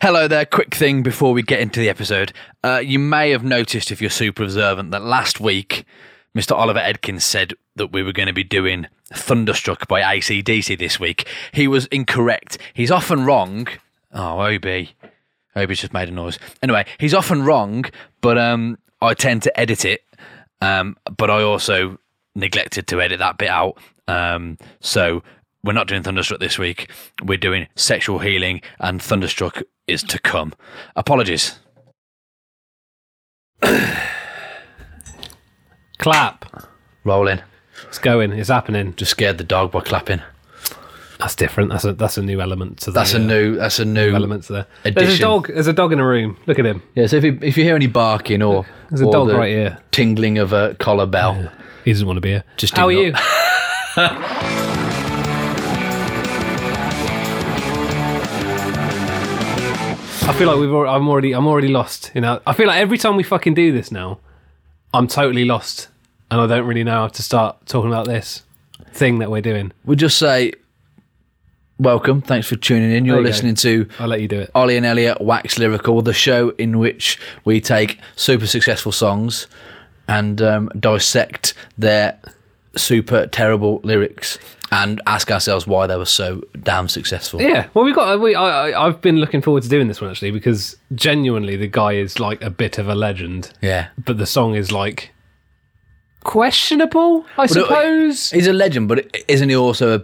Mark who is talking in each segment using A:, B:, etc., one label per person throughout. A: Hello there. Quick thing before we get into the episode. Uh, you may have noticed, if you're super observant, that last week Mr. Oliver Edkins said that we were going to be doing Thunderstruck by ACDC this week. He was incorrect. He's often wrong. Oh, OB. OB's just made a noise. Anyway, he's often wrong, but um, I tend to edit it. Um, but I also neglected to edit that bit out. Um, so we're not doing Thunderstruck this week. We're doing Sexual Healing, and Thunderstruck is to come. Apologies.
B: Clap.
A: Rolling.
B: It's going. It's happening.
A: Just scared the dog by clapping.
B: That's different. That's a that's a new element to the,
A: That's a
B: uh,
A: new. That's a new.
B: element to the. There's a
A: addition.
B: dog. There's a dog in a room. Look at him.
A: Yeah. So if you, if you hear any barking or
B: There's a
A: or
B: dog
A: the
B: right here.
A: tingling of a collar bell,
B: He doesn't want to be here.
A: Just
B: how are
A: ignore-
B: you? I feel like we've. Already, I'm already. I'm already lost. You know. I feel like every time we fucking do this now, I'm totally lost, and I don't really know how to start talking about this thing that we're doing.
A: we'll just say welcome. Thanks for tuning in. You're
B: you go.
A: listening to
B: I'll let you do it.
A: Ollie and Elliot Wax Lyrical, the show in which we take super successful songs and um, dissect their super terrible lyrics and ask ourselves why they were so damn successful.
B: Yeah, well, we got. uh, We, I, I, I've been looking forward to doing this one actually because genuinely, the guy is like a bit of a legend,
A: Yeah.
B: but the song is like questionable, I suppose.
A: He's a legend, but isn't he also a,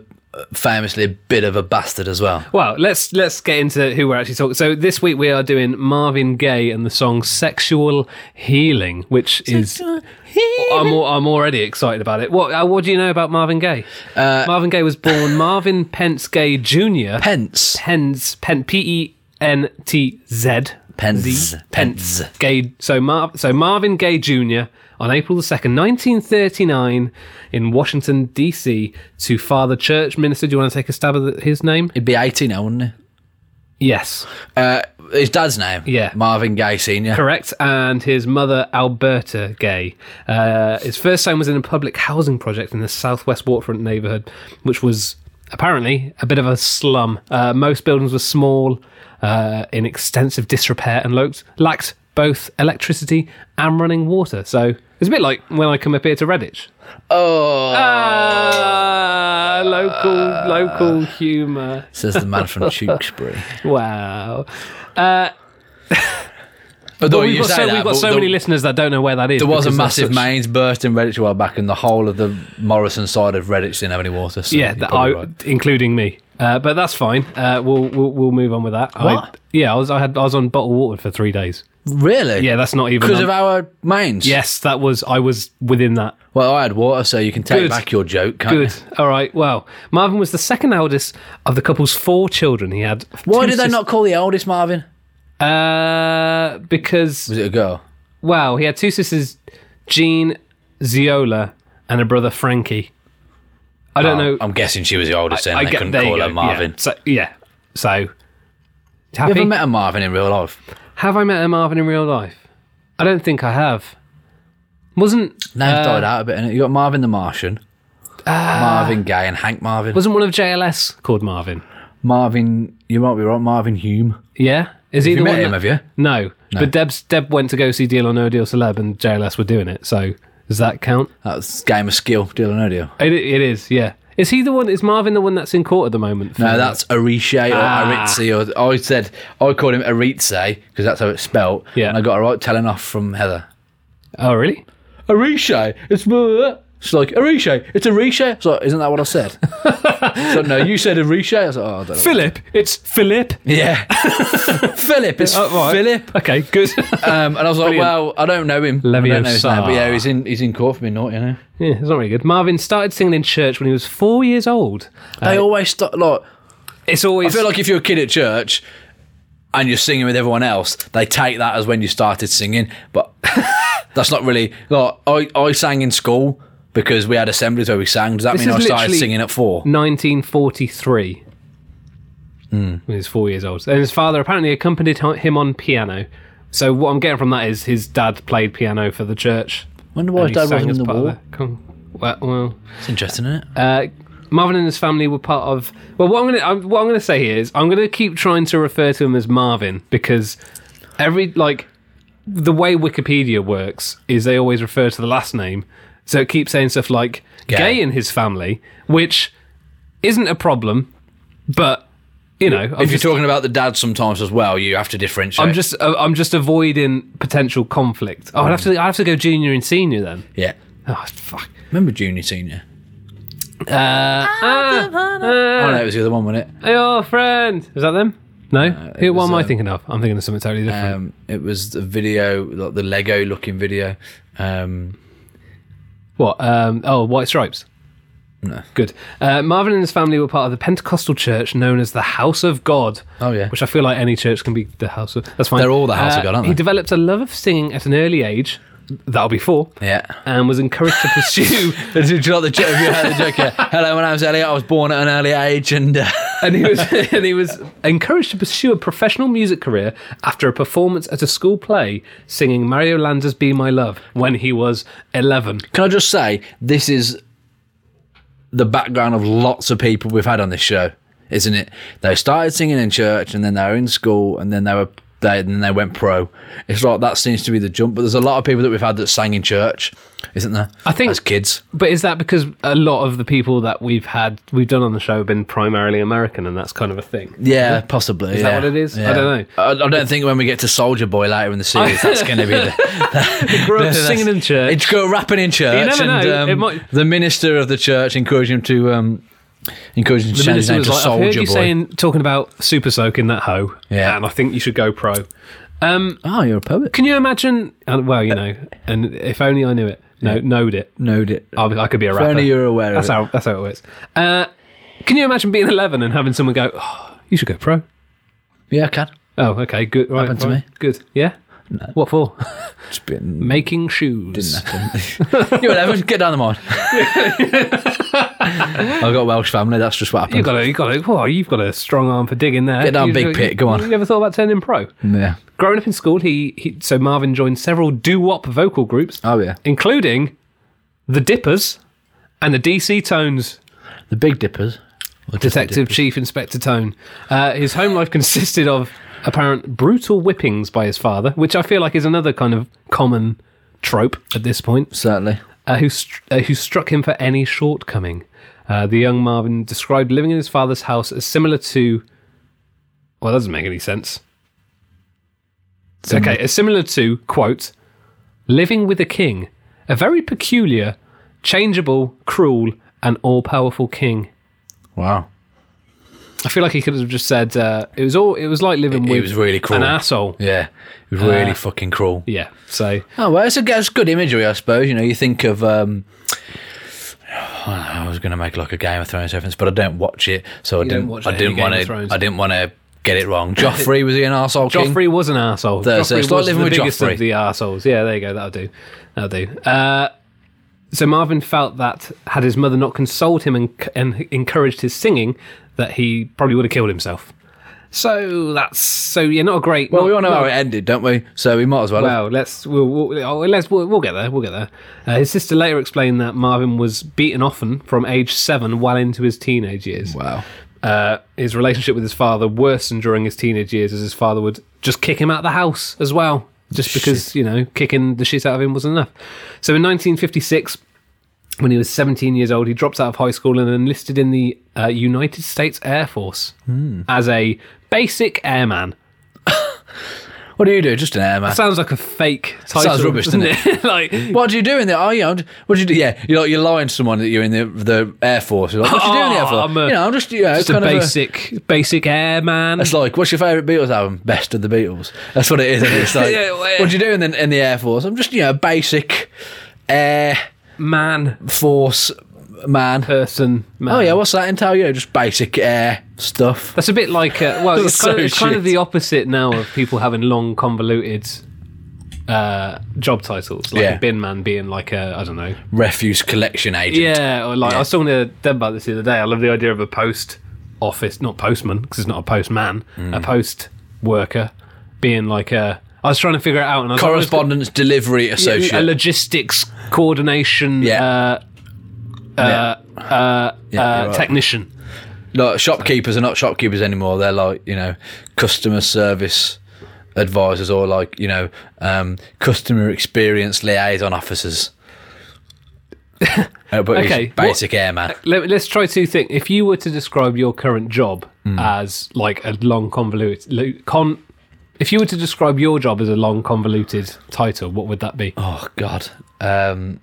A: famously a bit of a bastard as well?
B: well, let's let's get into who we're actually talking. So this week we are doing Marvin Gaye and the song "Sexual Healing," which is I'm al- I'm already excited about it. What uh, what do you know about Marvin Gaye? Uh, Marvin Gaye was born Marvin Pence Gaye Jr.
A: Pence.
B: Pens, Pen, P E N T Z.
A: Pens.
B: Z-
A: Pens.
B: Pence. Gay. So, Mar- so Marvin Gaye Jr. on April the 2nd, 1939, in Washington, D.C., to Father Church Minister. Do you want to take a stab at the- his name?
A: He'd be 18 now, wouldn't he?
B: Yes.
A: Uh, his dad's name?
B: Yeah.
A: Marvin Gaye Sr.
B: Correct. And his mother, Alberta Gay. Uh, his first son was in a public housing project in the southwest waterfront neighborhood, which was apparently a bit of a slum. Uh, most buildings were small, uh, in extensive disrepair, and lacked, lacked both electricity and running water. So it's a bit like when I come up here to Redditch.
A: Oh,
B: Ah, local, local humour.
A: says the man from Tewkesbury.
B: Wow. Uh,
A: Although
B: we've
A: you
B: got,
A: say
B: so,
A: that,
B: we've got
A: but
B: so
A: there-
B: many listeners that don't know where that is.
A: There was a
B: because that's
A: massive
B: such-
A: mains burst in Redditch a while back, and the whole of the Morrison side of Redditch didn't have any water. So
B: yeah,
A: you're
B: that I,
A: probably right.
B: including me. Uh, but that's fine. Uh, we'll, we'll we'll move on with that. I,
A: What?
B: yeah, I was I had I was on bottled water for three days.
A: really?
B: Yeah, that's not even.
A: because
B: on-
A: of our mains.
B: yes, that was I was within that.
A: Well, I had water, so you can take
B: Good.
A: back your joke. Can't
B: Good.
A: You?
B: All right. Well, Marvin was the second eldest of the couple's four children. He had.
A: Why
B: two
A: did they
B: sis-
A: not call the eldest Marvin?
B: Uh, because
A: Was it a girl?
B: well, he had two sisters, Jean, Ziola, and a brother Frankie. I don't know.
A: Oh, I'm guessing she was the oldest, then.
B: I
A: they
B: get-
A: couldn't
B: there you
A: call her
B: go,
A: Marvin.
B: Yeah. So yeah. So. Happy?
A: You ever met a Marvin in real life?
B: Have I met a Marvin in real life? I don't think I have. Wasn't
A: Name's died out a bit, and you got Marvin the Martian,
B: Ah.
A: Marvin Gaye, and Hank Marvin.
B: wasn't one of JLS called Marvin?
A: Marvin, you might be right. Marvin Hume.
B: Yeah, is he
A: You
B: the
A: met
B: one?
A: him,
B: that-
A: have you?
B: no. but Deb's Deb went to go see Deal or No Deal Celeb, and JLS were doing it. So does that count?
A: That's game of skill, deal or no deal.
B: It, it is. Yeah. Is he the one? Is Marvin the one that's in court at the moment?
A: No, that's Arishe or
B: Ah.
A: Aritzi. Or I said I called him Aritze because that's how it's spelt.
B: Yeah.
A: and I got a right telling off from Heather.
B: oh really?
A: Arishe, it's bleh. She's like Arishe, it's Arishe. So isn't that what I said? so no, you said Arishe. I was like, oh, I don't know.
B: Philip. It's Philip.
A: yeah, Philip. It's
B: Oh, right.
A: Philip.
B: Okay, good.
A: Um, and I was like,
B: Brilliant.
A: well, I don't know him. I don't know his name,
B: Leviosa.
A: but yeah, he's in he's in court for me, not you know.
B: yeah, it's not really good. Marvin started singing in church when he was four years old.
A: They always start like
B: It's always
A: I feel like if you're a kid at church and you're singing with everyone else, they take that as when you started singing. But that's not really. Like, I, I sang in school because we had assemblies where we sang. Does that
B: This
A: mean I
B: is
A: started
B: literally-
A: singing at four?
B: 1943.
A: Hmm.
B: When he was four years old. And his father apparently accompanied hi- him on piano. So what I'm getting from that is his dad played piano for the church.
A: wonder why
B: and he
A: his dad
B: sang
A: wasn't
B: as
A: in the
B: part of
A: war.
B: the con- Well, well,
A: It's interesting, isn't it?
B: uh, Marvin and his family were part of. Well, what I'm gonna I'm, what I'm gonna say here is I'm gonna keep trying to refer to him as Marvin because every like the way Wikipedia works is they always refer to the last name, so it keeps saying stuff like
A: Yeah.
B: Gay and his family, which isn't a problem, but you know, I'm
A: if
B: just,
A: you're talking about the dad sometimes as well, you have to differentiate.
B: I'm just uh, I'm just avoiding potential conflict. Oh, I'd have to I have to go junior and senior then.
A: yeah.
B: Oh fuck.
A: Remember junior senior? Uh, oh no, it was the other one, wasn't it?
B: Your friend. Is that them? No. Who?
A: it
B: What
A: was,
B: am I
A: um,
B: thinking of? I'm thinking of something totally different.
A: Um, it was the video, like the Lego looking video. Um,
B: What? Um, oh, White Stripes.
A: No.
B: Good. Uh, Marvin and his family were part of the Pentecostal church known as the House of God.
A: Oh, yeah.
B: Which I feel like any church can be the House of. That's fine. Uh,
A: They're all the House of God, aren't
B: He
A: they?
B: developed a love of singing at an early age. That'll be four.
A: yeah.
B: And was encouraged to pursue.
A: Did you like the joke? Have you heard the joke? Yeah. Hello, my name's Elliot. I was born at an early age, and uh,
B: and he was and he was encouraged to pursue a professional music career after a performance at a school play singing Mario Lander's "Be My Love" when he was eleven.
A: can I just say this is the background of lots of people we've had on this show, isn't it? They started singing in church, and then they were in school, and then they were they and then they went pro. It's like that seems to be the jump. But there's a lot of people that we've had that sang in church, isn't there?
B: I think-
A: as kids.
B: But is that because a lot of the people that we've had we've done on the show have been primarily American, and that's kind of a thing?
A: Yeah, possibly. Is
B: that what it is? I don't know.
A: I, I don't think when we get to Soldier Boy later in the series, that's going to be the.
B: Grew up
A: that's-
B: singing in church.
A: It's go rapping in church.
B: never
A: and,
B: know,
A: um,
B: it might-
A: The minister of the church encouraged him to. Um, encouraged him to
B: The
A: change his
B: minister
A: name
B: was
A: to
B: like, "I've heard
A: Soldier
B: you
A: Boy.
B: saying talking about super soak in that hoe,
A: Yeah.
B: and I think you should go pro." Um,
A: oh, you're a poet.
B: can you imagine? uh, well, you know, and if only I knew it. No, knowed it.
A: No, it.
B: I'll be- I could be a
A: If
B: rapper.
A: only you're aware
B: That's
A: of
B: how that's how it works. Uh, can you imagine being 11 and having someone go, oh, "You should go pro"?
A: it. Yeah, I can.
B: Oh, okay, good. Right,
A: Happened to
B: right,
A: me.
B: Good. Yeah. What for?
A: It's been.
B: Making shoes.
A: you're 11, get down the mine. I've got a Welsh family, that's just what happened.
B: You got a, you got a, whoa, you've got a strong arm for digging there.
A: Get down,
B: You-
A: big
B: you-
A: pit, go on.
B: You never thought about turning pro?
A: yeah.
B: Growing up in school, he, he so Marvin joined several doo-wop vocal groups,
A: Oh, yeah.
B: including the Dippers and the DC Tones.
A: The Big Dippers. Or just the
B: Detective Chief Inspector Tone. Uh, his home life consisted of apparent brutal whippings by his father, which I feel like is another kind of common trope at this point,
A: Certainly.
B: uh, who, str- uh, who struck him for any shortcoming. Uh, the young Marvin described living in his father's house as similar to. Well, that doesn't make any sense. Okay, as similar to, quote, living with a king, a very peculiar, changeable, cruel, and all powerful king.
A: Wow.
B: I feel like he could have just said uh, it was all. It was like living
A: It
B: with
A: was really cruel.
B: an asshole.
A: Yeah. It was really fucking cruel.
B: Yeah. So
A: Uh, Oh well, it's a, it's good imagery, I suppose. You know, you think of. Um, I was going to make like a Game of Thrones reference, but I don't watch it, so I
B: don't
A: didn't.
B: watch
A: I
B: any
A: didn't
B: Game
A: want
B: of
A: to.
B: Thrones.
A: I didn't want to get it wrong. Joffrey was he an arsehole king?
B: Joffrey was an asshole.
A: There,
B: Joffrey
A: so it's like
B: was
A: living
B: the
A: with
B: biggest
A: Joffrey.
B: of the assholes. Yeah. There you go. That'll do. That'll do. Uh, so Marvin felt that had his mother not consoled him and, and encouraged his singing, that he probably would have killed himself. So that's so yeah, not a great.
A: Well,
B: not-
A: we all know
B: not-
A: how it ended, don't we? So we might as well. have-
B: Well, let's we'll, we'll oh, let's we'll, we'll get there. We'll get there. Uh, his sister later explained that Marvin was beaten often from age seven well into his teenage years.
A: Wow.
B: Uh, his relationship with his father worsened during his teenage years as his father would just kick him out of the house as well, just because you know kicking the shit out of him wasn't enough. So in 1956. When he was 17 years old, he dropped out of high school and enlisted in the uh, United States Air Force
A: Hmm.
B: as a basic airman.
A: What do you do? Just an airman.
B: Sounds like a fake title.
A: rubbish,
B: doesn't
A: doesn't
B: it? like,
A: What do you do in there? Oh, you know, what do you do? Yeah, you're, like, you're lying to someone that you're in the the air force. You're like, what do you do in the air
B: Oh,
A: force?
B: I'm a-
A: you know, I'm just you know,
B: It's a
A: kind of.
B: basic, basic airman.
A: It's like, what's your favourite Beatles album? Best of the Beatles. That's what it is. And it's like,
B: Yeah, well, yeah.
A: what do you do in the, in the Air Force? I'm just, you know, a basic Air
B: man,
A: Force man.
B: person, man.
A: Oh, yeah, what's that entail? You know, just basic air stuff.
B: That's a bit like, uh, well, it's,
A: So
B: kind of, it's kind of
A: shit.
B: the opposite now of people having long, convoluted uh, job titles, like
A: Yeah.
B: a bin man being like a, I don't know,
A: Refuse collection agent.
B: yeah, or like
A: Yeah.
B: I was talking to Deb about this the other day. I love the idea of a post office, not postman, because it's not a postman,
A: Mm.
B: a post worker being like a. I was trying to figure it out, and I was like, well, it's got-
A: Correspondence delivery
B: a
A: associate.
B: logistics coordination
A: Yeah.
B: uh, uh, uh, uh,
A: you're right.
B: technician.
A: Like shopkeepers are not shopkeepers anymore. They're like you know customer service advisors or like you know um, customer experience liaison officers. Uh, but he's
B: Okay, what-
A: basic airman.
B: Let, us try two things. If you were to describe your current job
A: Hmm.
B: as like a long convoluted lo- con, if you were to describe your job as a long convoluted title, what would that be?
A: Oh God. Um,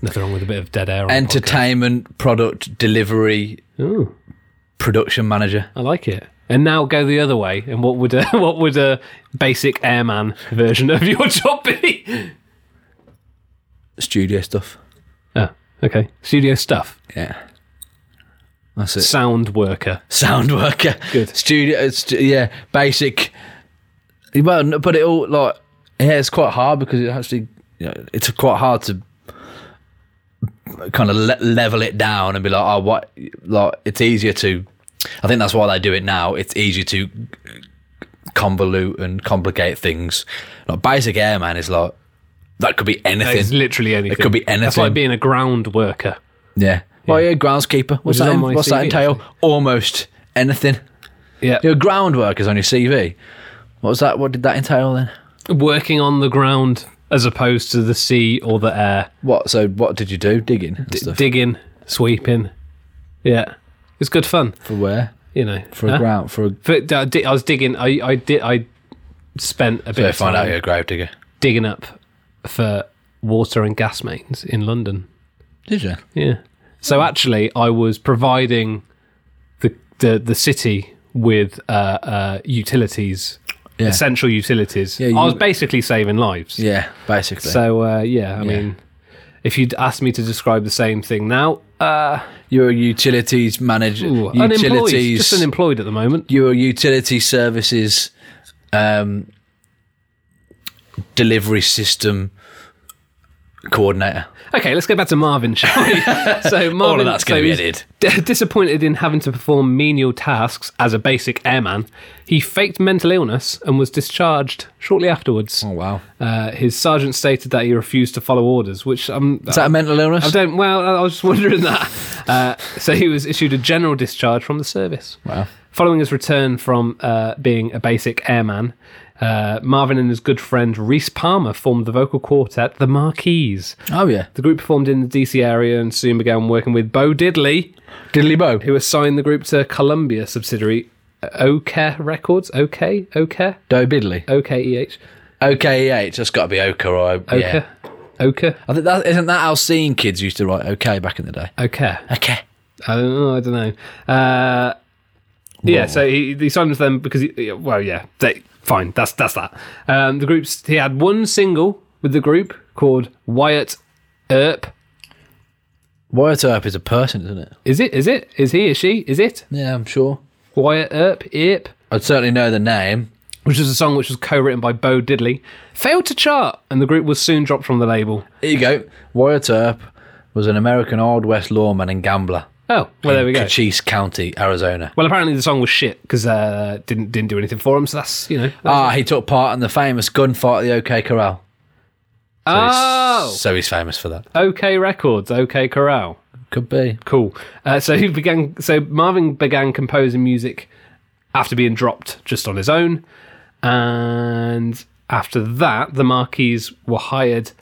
B: Nothing wrong with a bit of dead air. On the
A: entertainment product delivery
B: podcast. Ooh,
A: production manager.
B: I like it. And now go the other way. And what would a, what would a basic airman version of your job be?
A: Studio stuff.
B: Oh, okay. Studio stuff.
A: Yeah. That's it.
B: Sound worker.
A: Sound worker.
B: Good.
A: Studio. uh, St- yeah. Basic. Well, n- but it all like yeah, it's quite hard because it actually you know, it's quite hard to kind of le- level it down and be like, oh, what? Like it's easier to. I think that's why they do it now. It's easier to convolute and complicate things. Like basic airman is like that could be anything.
B: That is literally anything.
A: could be
B: That's like
A: anything.
B: being a ground worker.
A: Yeah. Well, yeah, groundskeeper. What's
B: is
A: that?
B: on
A: en-
B: my
A: what's that
B: CV,
A: entail? Almost anything.
B: Yeah.
A: Your ground workers on your CV. What was that? What did that entail then?
B: Working on the ground as opposed to the sea or the air.
A: What? So what did you do? Digging and stuff
B: digging, sweeping. Yeah, it's good fun.
A: for where?
B: You know,
A: For a
B: Huh?
A: ground for a.
B: But uh, di- I was digging. I I did. I spent a bit
A: They
B: of time
A: find out you're a grave digger.
B: digging up for water and gas mains in London.
A: Did you?
B: Yeah. So
A: Hmm.
B: actually, I was providing the the, the city with uh, uh, utilities,
A: Yeah.
B: essential utilities.
A: you-
B: I was basically saving lives.
A: Yeah, basically.
B: So uh, yeah, I mean, if you'd asked me to describe the same thing now, uh,
A: you're a utilities manager.
B: ooh, unemployed,
A: utilities.
B: just unemployed at the moment.
A: you're a utility services, um, delivery system coordinator.
B: Okay, let's go back to Marvin, shall we? so Marvin,
A: All of that's going to
B: so
A: be
B: he's
A: edited.
B: d- disappointed in having to perform menial tasks as a basic airman. He faked mental illness and was discharged shortly afterwards.
A: Oh wow!
B: Uh, his sergeant stated that he refused to follow orders, which I'm.
A: Is that a mental illness?
B: I don't. Well, I was just wondering that. Uh, so he was issued a general discharge from the service.
A: Wow.
B: Following his return from uh, being a basic airman, uh, Marvin and his good friend Reese Palmer formed the vocal quartet The Marquees.
A: Oh yeah,
B: The group performed in the DC area and soon began working with Bo Diddley,
A: diddly bow.
B: who assigned the group to Columbia subsidiary OK Records. OK, OK,
A: Doe Biddley.
B: OKEH,
A: OKEH, E that's got to be Oka or
B: OK,
A: yeah.
B: OK,
A: I think that isn't that how seeing kids used to write OK back in the day.
B: OK.
A: Okay.
B: I don't know. I don't know. Uh, yeah, so he, he signed with them because, he, well, yeah, they, fine. That's that's that. Um, the groups he had one single with the group called Wyatt Earp.
A: Wyatt Earp is a person, isn't it?
B: Is it? Is it? Is he? Is she? Is it?
A: Yeah, I'm sure.
B: Wyatt Earp. Earp.
A: I'd certainly know the name.
B: Which is a song which was co-written by Bo Diddley, failed to chart, and the group was soon dropped from the label.
A: Here you go. Wyatt Earp was an American Old West lawman and gambler.
B: Oh, well, there we go.
A: Cochise County, Arizona.
B: Well, apparently the song was shit because uh, didn't didn't do anything for him. So that's you know.
A: Ah, he took part in the famous gunfight at the OK Corral. So he's-
B: oh,
A: So he's famous for that.
B: OK Records, OK Corral.
A: Could be.
B: Cool. Uh, so he began. So Marvin began composing music after being dropped just on his own, and after that, the Marquis were hired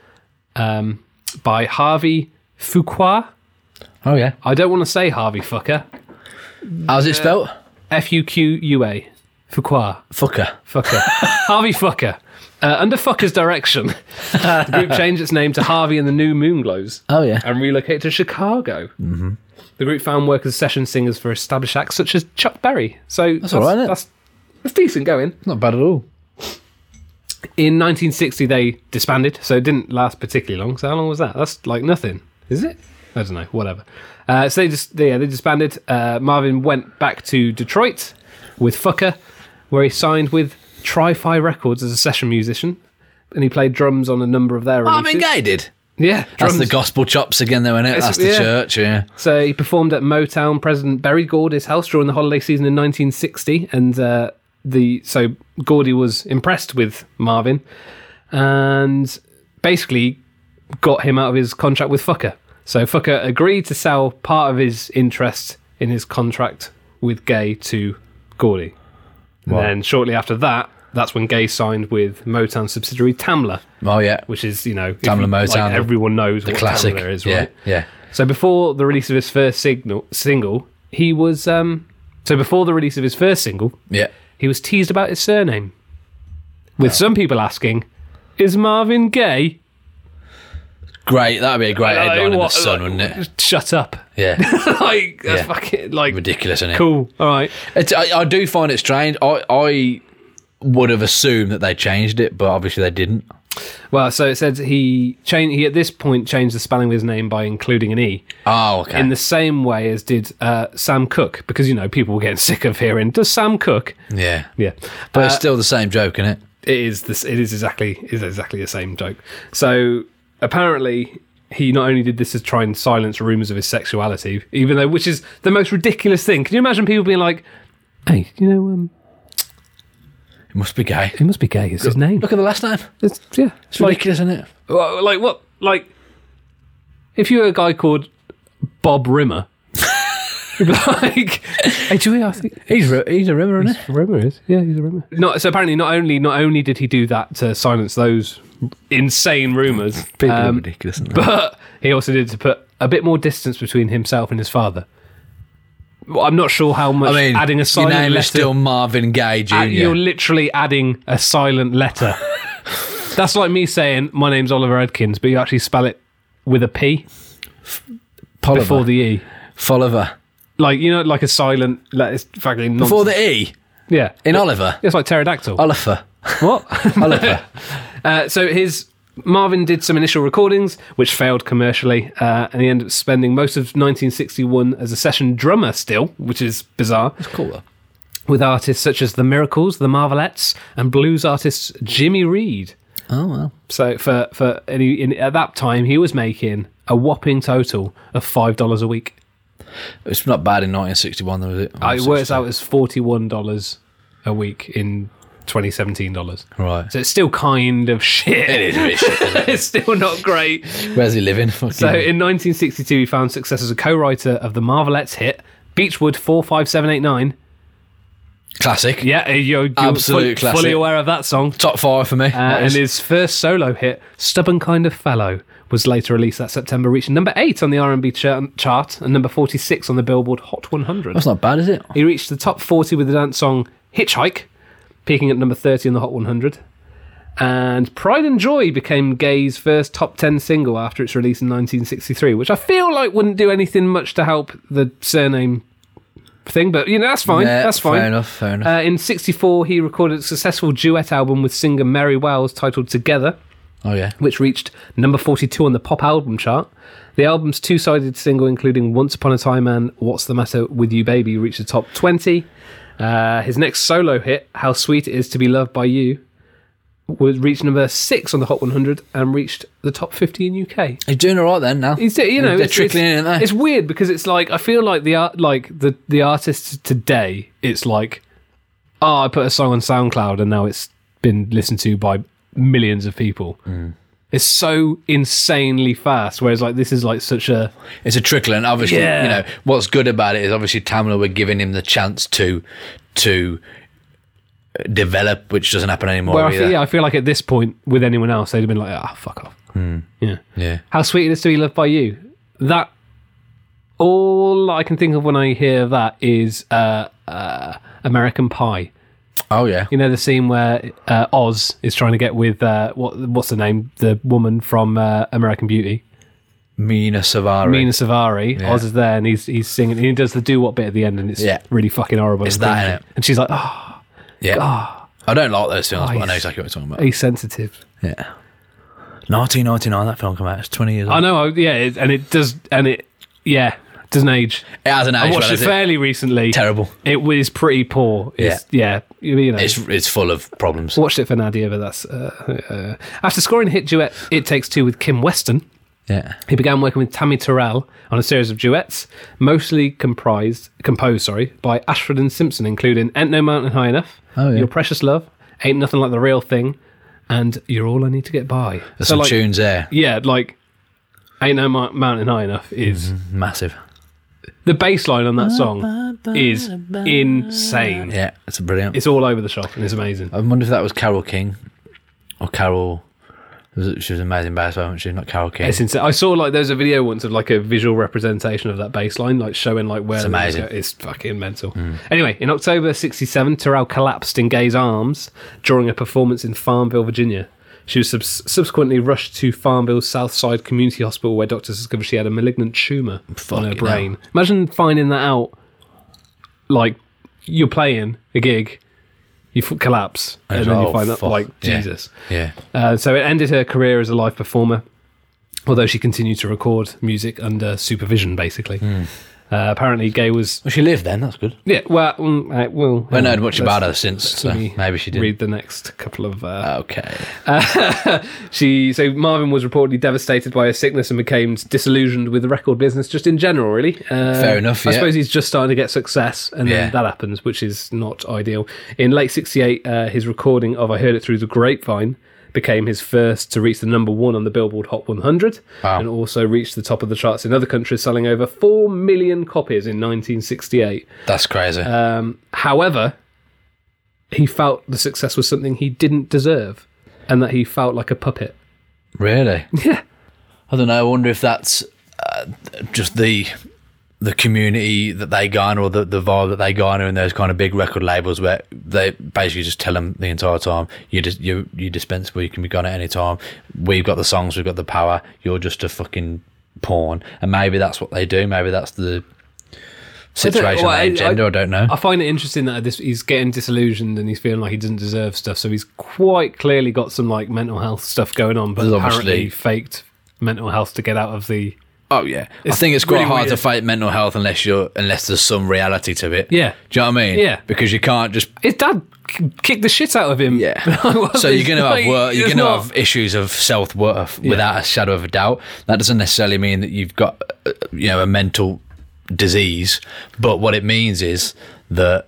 B: um, by Harvey Fuqua.
A: Oh, yeah.
B: I don't want to say Harvey Fucker.
A: How's it spelt?
B: F U Q U A. Fuqua.
A: Fucker.
B: Fucker. Harvey Fucker. Uh, under Fucker's direction, the group changed its name to Harvey and the New Moonglows
A: Oh, yeah.
B: and relocated to Chicago. Mm-hmm. The group found work as session singers for established acts such as Chuck Berry. So that's
A: all right, isn't it?
B: That's, that's decent going.
A: Not bad at all.
B: In 1960, they disbanded, so it didn't last particularly long. So how long was that? That's like nothing, is it? I don't know. Whatever. Uh, so they just yeah they disbanded. Uh, Marvin went back to Detroit with Fucker, where he signed with Tri-Fi Records as a session musician, and he played drums on a number of their
A: I
B: releases.
A: mean, gay did.
B: yeah,
A: That's
B: drums.
A: the gospel chops again, though, innit?
B: It's-
A: That's the
B: yeah.
A: church, yeah.
B: So he performed at Motown President Berry Gordy's house during the holiday season in 1960, and uh, the so Gordy was impressed with Marvin, and basically got him out of his contract with Fucker. So Fucker agreed to sell part of his interest in his contract with Gay to Gordy. And then shortly after that, that's when Gay signed with Motown subsidiary Tamla,
A: Oh yeah,
B: which is, you know, if
A: Tamla
B: you-
A: Motown,
B: Like everyone knows what
A: classic.
B: Tamla is,
A: yeah,
B: right?
A: yeah.
B: So before the release of his first signal, single, he was. Um, so before the release of his first single,
A: Yeah.
B: he was teased about his surname,
A: Oh.
B: with some people asking, "Is Marvin gay?"
A: Great. That'd be a great
B: Like,
A: headline in the
B: what-
A: sun,
B: like,
A: wouldn't it?
B: Shut up!
A: Yeah.
B: like that's
A: Yeah.
B: fucking like
A: Ridiculous, isn't it?
B: cool. All right,
A: It's, I, I do find it strange. I, I would have assumed that they changed it, but obviously they didn't.
B: Well, so it says he changed. He at this point changed the spelling of his name by including an e,
A: Oh, okay.
B: in the same way as did uh, Sam Cook, because you know people were getting sick of hearing "Does Sam Cook?"
A: yeah.
B: Yeah,
A: But
B: Uh,
A: it's still the same joke, isn't it?
B: it is this. It is exactly it is exactly the same joke. So apparently. He not only did this to try and silence rumours of his sexuality, even though which is the most ridiculous thing. Can you imagine people being like, "Hey, you know, um,
A: It must be gay.
B: he must be gay. It's his name.
A: Look at the last name.
B: It's, yeah,
A: It's ridiculous, isn't it?
B: Well, like what? Like if you were a guy called Bob Rimmer, you'd be like, "Hey, Dewey, I think
A: He's, he's a river, isn't it?
B: Rimmer is. Yeah, he's a Rimmer." No, so apparently, not only not only did he do that to silence those insane rumors,
A: People are
B: um,
A: ridiculous, isn't they?
B: but he also did to put a bit more distance between himself and his father. Well, I'm not sure how much
A: I mean,
B: adding a silent
A: your name
B: letter.
A: is still Marvin Gaye Jr.
B: Uh, You're literally adding a silent letter. That's like me saying my name's Oliver Edkins, but you actually spell it with a P
A: Polliver.
B: before the E.
A: Folliver.
B: Like you know, like a silent letter. It's fucking nonsense.
A: Before the E
B: yeah,
A: in Oliver.
B: it's like pterodactyl.
A: Oliver.
B: what?
A: Oliver.
B: Uh, so his Marvin did some initial recordings, which failed commercially, uh, and he ended up spending most of 1961 as a session drummer still, which is bizarre.
A: cool, though.
B: With artists such as The Miracles, The Marvelettes, and blues artist Jimmy Reed.
A: Oh, well.
B: So for for and he, in, at that time he was making a whopping total of five dollars a week.
A: It's not bad in 1961, though, is it?
B: Uh, it works out as forty one dollars a week in twenty seventeen dollars.
A: Right.
B: So it's still kind of shit. It
A: is a bit shit,
B: it's still not great.
A: Where's he living? Fucking
B: So in 1962 he found success as a co-writer of the Marvelettes hit Beachwood four five seven eight nine.
A: classic.
B: Yeah, uh, you're, you're
A: Absolute
B: fully,
A: classic.
B: fully aware of that song.
A: Top five for me.
B: Uh,
A: That
B: and
A: is-
B: his first solo hit, "Stubborn Kind of Fellow," was later released that September, reaching number eight on the R&B char- chart and number forty-six on the Billboard Hot 100.
A: That's not bad, is it?
B: He reached the top forty with the dance song "Hitchhike," peaking at number thirty on the Hot 100. And "Pride and Joy" became Gay's first top ten single after its release in 1963, which I feel like wouldn't do anything much to help the surname thing, but you know that's fine.
A: Yeah,
B: that's fine.
A: Fair enough, fair enough.
B: Uh, in 64, he recorded a successful duet album with singer Mary Wells titled Together,
A: oh, yeah.
B: which reached number 42 on the pop album chart. The album's two sided single, including Once Upon a Time and What's the Matter with You Baby, reached the top 20. Uh, his next solo hit, How Sweet It Is to Be Loved by You, was reached number six on the Hot 100 and reached the top 50 in UK.
A: He's doing all right then now.
B: It's, you know,
A: They're
B: it's,
A: trickling in,
B: it's,
A: aren't they?
B: it's weird because it's like I feel like the art, like the the artists today, it's like, oh, I put a song on SoundCloud and now it's been listened to by millions of people.
A: Hmm.
B: It's so insanely fast. Whereas like this is like such a
A: It's a trickle, and obviously,
B: Yeah.
A: you know what's good about it is obviously Tamla were giving him the chance to to develop, which doesn't happen anymore
B: where I
A: either.
B: feel, yeah, I feel like at this point with anyone else they'd have been like, ah, fuck off.
A: Hmm.
B: Yeah.
A: yeah,
B: How sweet it is to be loved by you. That all I can think of when I hear that is uh, uh, American Pie.
A: oh yeah,
B: You know the scene where uh, Oz is trying to get with uh, what what's the name? The woman from uh, American Beauty,
A: Mina Savari.
B: Mina Savari. Oz is there and he's he's singing. And he does the do what bit at the end, and it's
A: Yeah.
B: really fucking horrible. It's
A: that, innit?
B: And she's like, "Oh,
A: yeah, I don't like those films, but I know
B: Nice.
A: exactly what you're talking about.
B: Ah. Oh, he's sensitive."
A: Yeah, 1999 that film came out. It's 20 years.
B: I
A: old.
B: know. I- Yeah, it, and it does, and it yeah doesn't age.
A: It has an
B: I
A: age.
B: watched
A: well,
B: it
A: is it?
B: fairly recently.
A: Terrible.
B: It was pretty poor. It's, yeah, yeah. You know,
A: It's it's full of problems.
B: watched it for Nadia, but that's uh, uh, after scoring a hit duet. It takes two with Kim Weston.
A: Yeah,
B: He began working with Tammy Terrell on a series of duets, mostly comprised, composed, sorry, by Ashford and Simpson, including "Ain't No Mountain High Enough,"
A: Oh, yeah.
B: "Your Precious Love," "Ain't Nothing Like the Real Thing," and "You're All I Need to Get By."
A: there's
B: so,
A: some
B: like,
A: tunes there.
B: yeah, like Ain't No Mo- Mountain High Enough
A: Mm-hmm.
B: is
A: Massive.
B: the bass line on that song is insane.
A: Yeah, it's brilliant.
B: It's all over the shop and it's amazing.
A: I wonder if that was Carol King or Carol. was it- She was an amazing bass player, wasn't she? Not Carol King.
B: It's insane. I saw like there's a video once of like a visual representation of that bass line, like showing like where it's
A: amazing. Hmm.
B: It's fucking mental. Anyway, in October '67, Terrell collapsed in Gay's arms during a performance in Farmville, Virginia. She was subs- subsequently rushed to Farmville's South Side Community Hospital, where doctors discovered she had a malignant tumor on her
A: Fucking
B: brain. Imagine finding that out. Like you're playing a gig, you f- collapse, and,
A: it's
B: then
A: like,
B: you
A: oh,
B: find out
A: fuck.
B: like
A: Yeah.
B: Jesus.
A: Yeah.
B: Uh, so it ended her career as a live performer, although she continued to record music under supervision, basically.
A: Hmm.
B: Uh, apparently, Gay was.
A: Well, she lived then. That's good.
B: Yeah, well, mm, I will.
A: I haven't heard much about her since, so maybe she Oh, did.
B: Read the next couple of. Uh,
A: Okay.
B: she so Marvin was reportedly devastated by her sickness and became disillusioned with the record business just in general, really. Uh,
A: Fair enough,
B: I
A: yeah.
B: suppose he's just starting to get success, and
A: Yeah.
B: then that happens, which is not ideal. In late '68, uh, his recording of "I Heard It Through the Grapevine" became his first to reach the number one on the Billboard Hot 100,
A: Wow.
B: and also reached the top of the charts in other countries, selling over four million copies in 1968.
A: That's crazy.
B: Um, however, he felt the success was something he didn't deserve, and that he felt like a puppet.
A: really?
B: Yeah.
A: I don't know. I wonder if that's uh, just the the community that they garner or the, the vibe that they garner in those kind of big record labels where they basically just tell them the entire time you just you you dispensable you can be gone at any time we've got the songs we've got the power you're just a fucking pawn and maybe that's what they do maybe that's the situation
B: well, I-
A: they engender I,
B: I-
A: don't know
B: I find it interesting that this, he's getting disillusioned and he's feeling like he doesn't deserve stuff. So he's quite clearly got some like mental health stuff going on, but
A: There's
B: apparently
A: obviously-
B: faked mental health to get out of the.
A: oh yeah I think it's quite
B: really
A: hard to
B: weird.
A: fight mental health unless you're unless there's some reality to it
B: Yeah.
A: do you know what I mean
B: Yeah.
A: because you can't just
B: His dad k- kicked the shit out of him.
A: Yeah.
B: Like,
A: so you're gonna
B: like,
A: have wor- you're
B: it's
A: gonna
B: not-
A: have issues of self worth without a shadow of a doubt. That doesn't necessarily mean that you've got uh, you know a mental disease, but what it means is that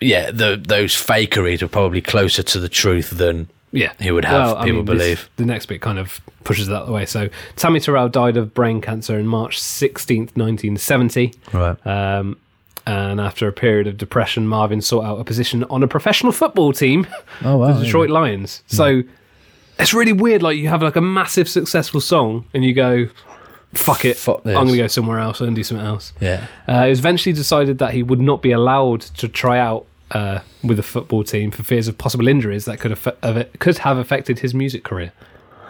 A: yeah, the, those fakeries are probably closer to the truth than
B: Yeah,
A: he would have,
B: I
A: people
B: this-
A: believe.
B: the next bit kind of pushes that away. So Tammy Terrell died of brain cancer on March sixteenth, nineteen seventy.
A: right.
B: Um, and after a period of depression, Marvin sought out a position on a professional football team,
A: Oh wow.
B: the Detroit Lions. So it's really weird. Like you have like a massive successful song, and you go, "Fuck it,
A: Fuck this."
B: I'm gonna go somewhere else and do something else."
A: Yeah.
B: Uh, it was eventually decided that he would not be allowed to try out uh, with the football team for fears of possible injuries that could affect, of it- could have affected his music career.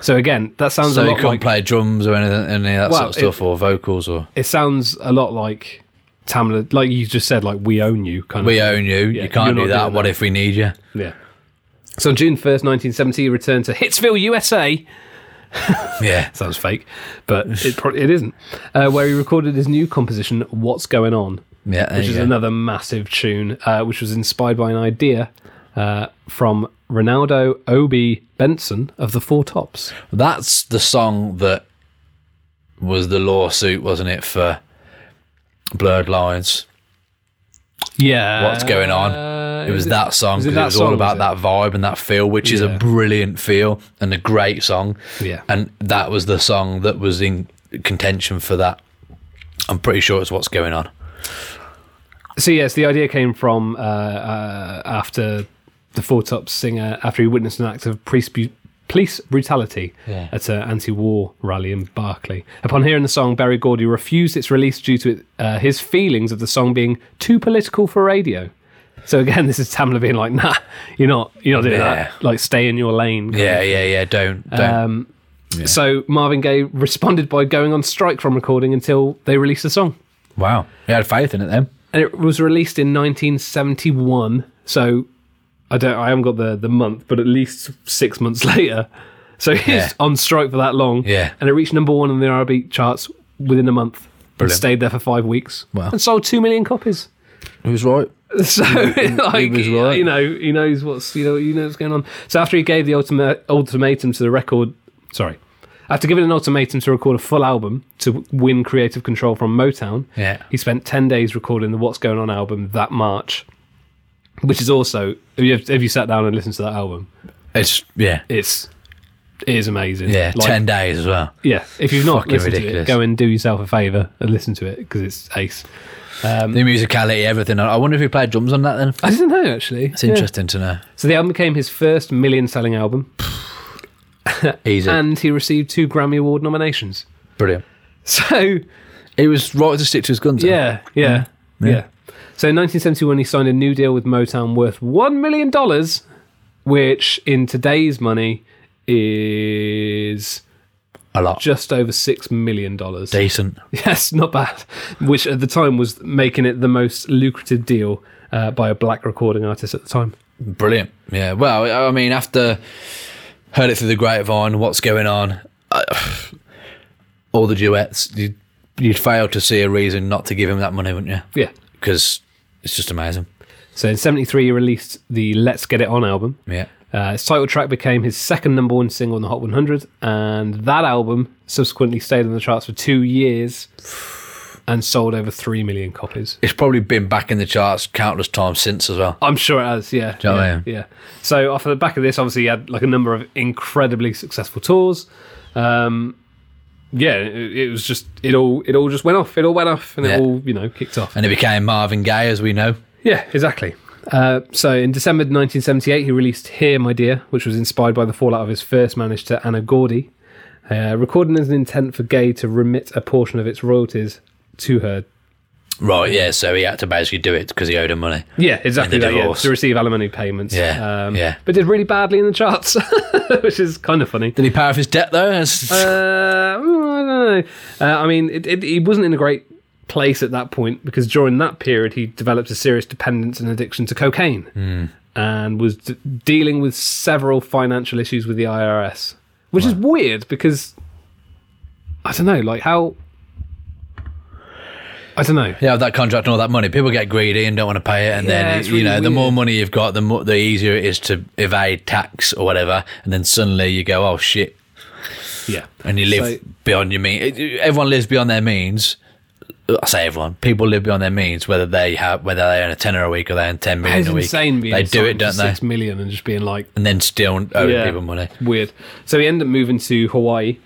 B: So again, that sounds
A: So
B: a
A: he
B: lot
A: couldn't
B: like
A: play drums or anything, any of that
B: Well,
A: sort of stuff, or vocals, or
B: it sounds a lot like Tamla, like you just said, like we own you kind
A: we
B: of.
A: own you.
B: Yeah,
A: you can't
B: you're
A: do
B: not
A: that.
B: doing
A: What
B: that.
A: if we need you?
B: yeah. So on June first, nineteen seventy, he returned to Hitsville, USA.
A: Yeah.
B: Sounds fake, but it probably it isn't. Uh, where he recorded his new composition, "What's Going On."
A: Yeah. there
B: which
A: you
B: is
A: go.
B: another massive tune, uh, which was inspired by an idea uh, from Ronaldo Obi Benson of the Four Tops.
A: That's the song that was the lawsuit, wasn't it, for Blurred Lines?
B: Yeah,
A: What's going on? It was that song
B: was Uh,
A: 'cause
B: it
A: it
B: that
A: was
B: song,
A: all
B: was
A: about
B: it?
A: that vibe and that feel, which is a
B: Yeah.
A: brilliant feel and a great song.
B: Yeah.
A: And that was the song that was in contention for that. I'm pretty sure it's what's going on.
B: So yes, the idea came from uh, uh, after the Four Tops singer after he witnessed an act of police, bu- police brutality
A: Yeah.
B: at an anti-war rally in Barclay. Upon hearing the song, Barry Gordy refused its release due to it, uh, his feelings of the song being too political for radio. So again, this is Tamla being like, "Nah, you're not, you're not doing
A: Yeah.
B: that. Like, stay in your lane." kind
A: Yeah, yeah, yeah. Don't, don't.
B: Um, So Marvin Gaye responded by going on strike from recording until they released the song
A: wow. You had faith in it then.
B: and it was released in 1971. So I don't, I haven't got the the month, but at least six months later. So he's
A: Yeah.
B: on strike for that long.
A: Yeah.
B: and it reached number one on the R&B charts within a month. And
A: Brilliant.
B: stayed there for five weeks
A: Wow.
B: and sold two million copies.
A: It was right.
B: So like
A: was right.
B: you know he knows what's you know you know what's going on. So after he gave the ultima- ultimatum to the record, sorry, after giving an ultimatum to record a full album to win creative control from Motown,
A: Yeah.
B: he spent ten days recording the What's Going On album that March, which is also have you, have you sat down and listened to that album?
A: It's, yeah.
B: It's it is amazing.
A: Yeah,
B: Like,
A: ten days as well.
B: yeah. If you've not
A: Fucking
B: listened
A: ridiculous.
B: to it, go and do yourself a favour and listen to it because it's ace. Um,
A: The musicality, everything. I I wonder if he played drums on that. Then
B: I didn't know actually.
A: it's interesting to know.
B: So the album became his first million-selling album,
A: Easy,
B: and he received two Grammy Award nominations.
A: brilliant.
B: So
A: He was right to stick to his guns. huh?
B: Yeah, yeah, yeah. So in 1971, he signed a new deal with Motown worth $1 million, which in today's money is
A: a lot.
B: just over $6 million.
A: Decent.
B: Yes, not bad. Which at the time was making it the most lucrative deal uh, by a black recording artist at the time.
A: Brilliant. Yeah. Well, I mean, after heard it through the grapevine, what's going on? I, all the duets. You'd, you'd fail to see a reason not to give him that money, wouldn't you?
B: Yeah.
A: Because it's just amazing.
B: So in 73, he released the Let's Get It On album.
A: Yeah.
B: Uh, its title track became his second number one single in the Hot 100, and that album subsequently stayed on the charts for two years and sold over three million copies.
A: It's probably been back in the charts countless times since as well.
B: I'm sure it has, yeah,
A: you know what I
B: yeah,
A: mean?
B: yeah. So off the back of this, obviously, he had like a number of incredibly successful tours. Um, yeah, it, it was just it all it all just went off. It all went off, and
A: Yeah.
B: it all you know kicked off.
A: And it became Marvin Gaye, as we know.
B: Yeah, exactly. Uh, so in December 1978, he released Here, My Dear, which was inspired by the fallout of his first marriage to Anna Gordy, uh, recorded as an intent for Gay to remit a portion of its royalties to her.
A: Right. Yeah. So he had to basically do it because he owed him money.
B: Yeah, exactly.
A: And the
B: That, yeah,
A: divorce.
B: to receive alimony payments. Um,
A: Yeah, yeah.
B: But did really badly in the charts, which is kind of funny.
A: Did he pay off his debt though? That's-
B: Uh, mm, I don't know. Uh, I mean, it, it, he wasn't in a great place at that point because during that period he developed a serious dependence and addiction to cocaine
A: Hmm.
B: and was d- dealing with several financial issues with the IRS, which is weird because I don't know, like how I don't know.
A: Yeah, with that contract and all that money. People get greedy and don't want to pay it, and
B: Yeah,
A: then
B: it's
A: you
B: really
A: know, the
B: weird.
A: more money you've got, the more, the easier it is to evade tax or whatever. And then suddenly you go, oh shit,
B: Yeah,
A: and you live
B: So-
A: beyond your means. Everyone lives beyond their means. I say everyone. People live beyond their means, whether they have whether they earn a tenner a week or they earn ten million
B: It's
A: a week.
B: insane being
A: they do it,
B: signed for
A: don't they?
B: Six million and just being like,
A: And then still owing
B: Yeah.
A: people money.
B: Weird. So he ended up moving to Hawaii,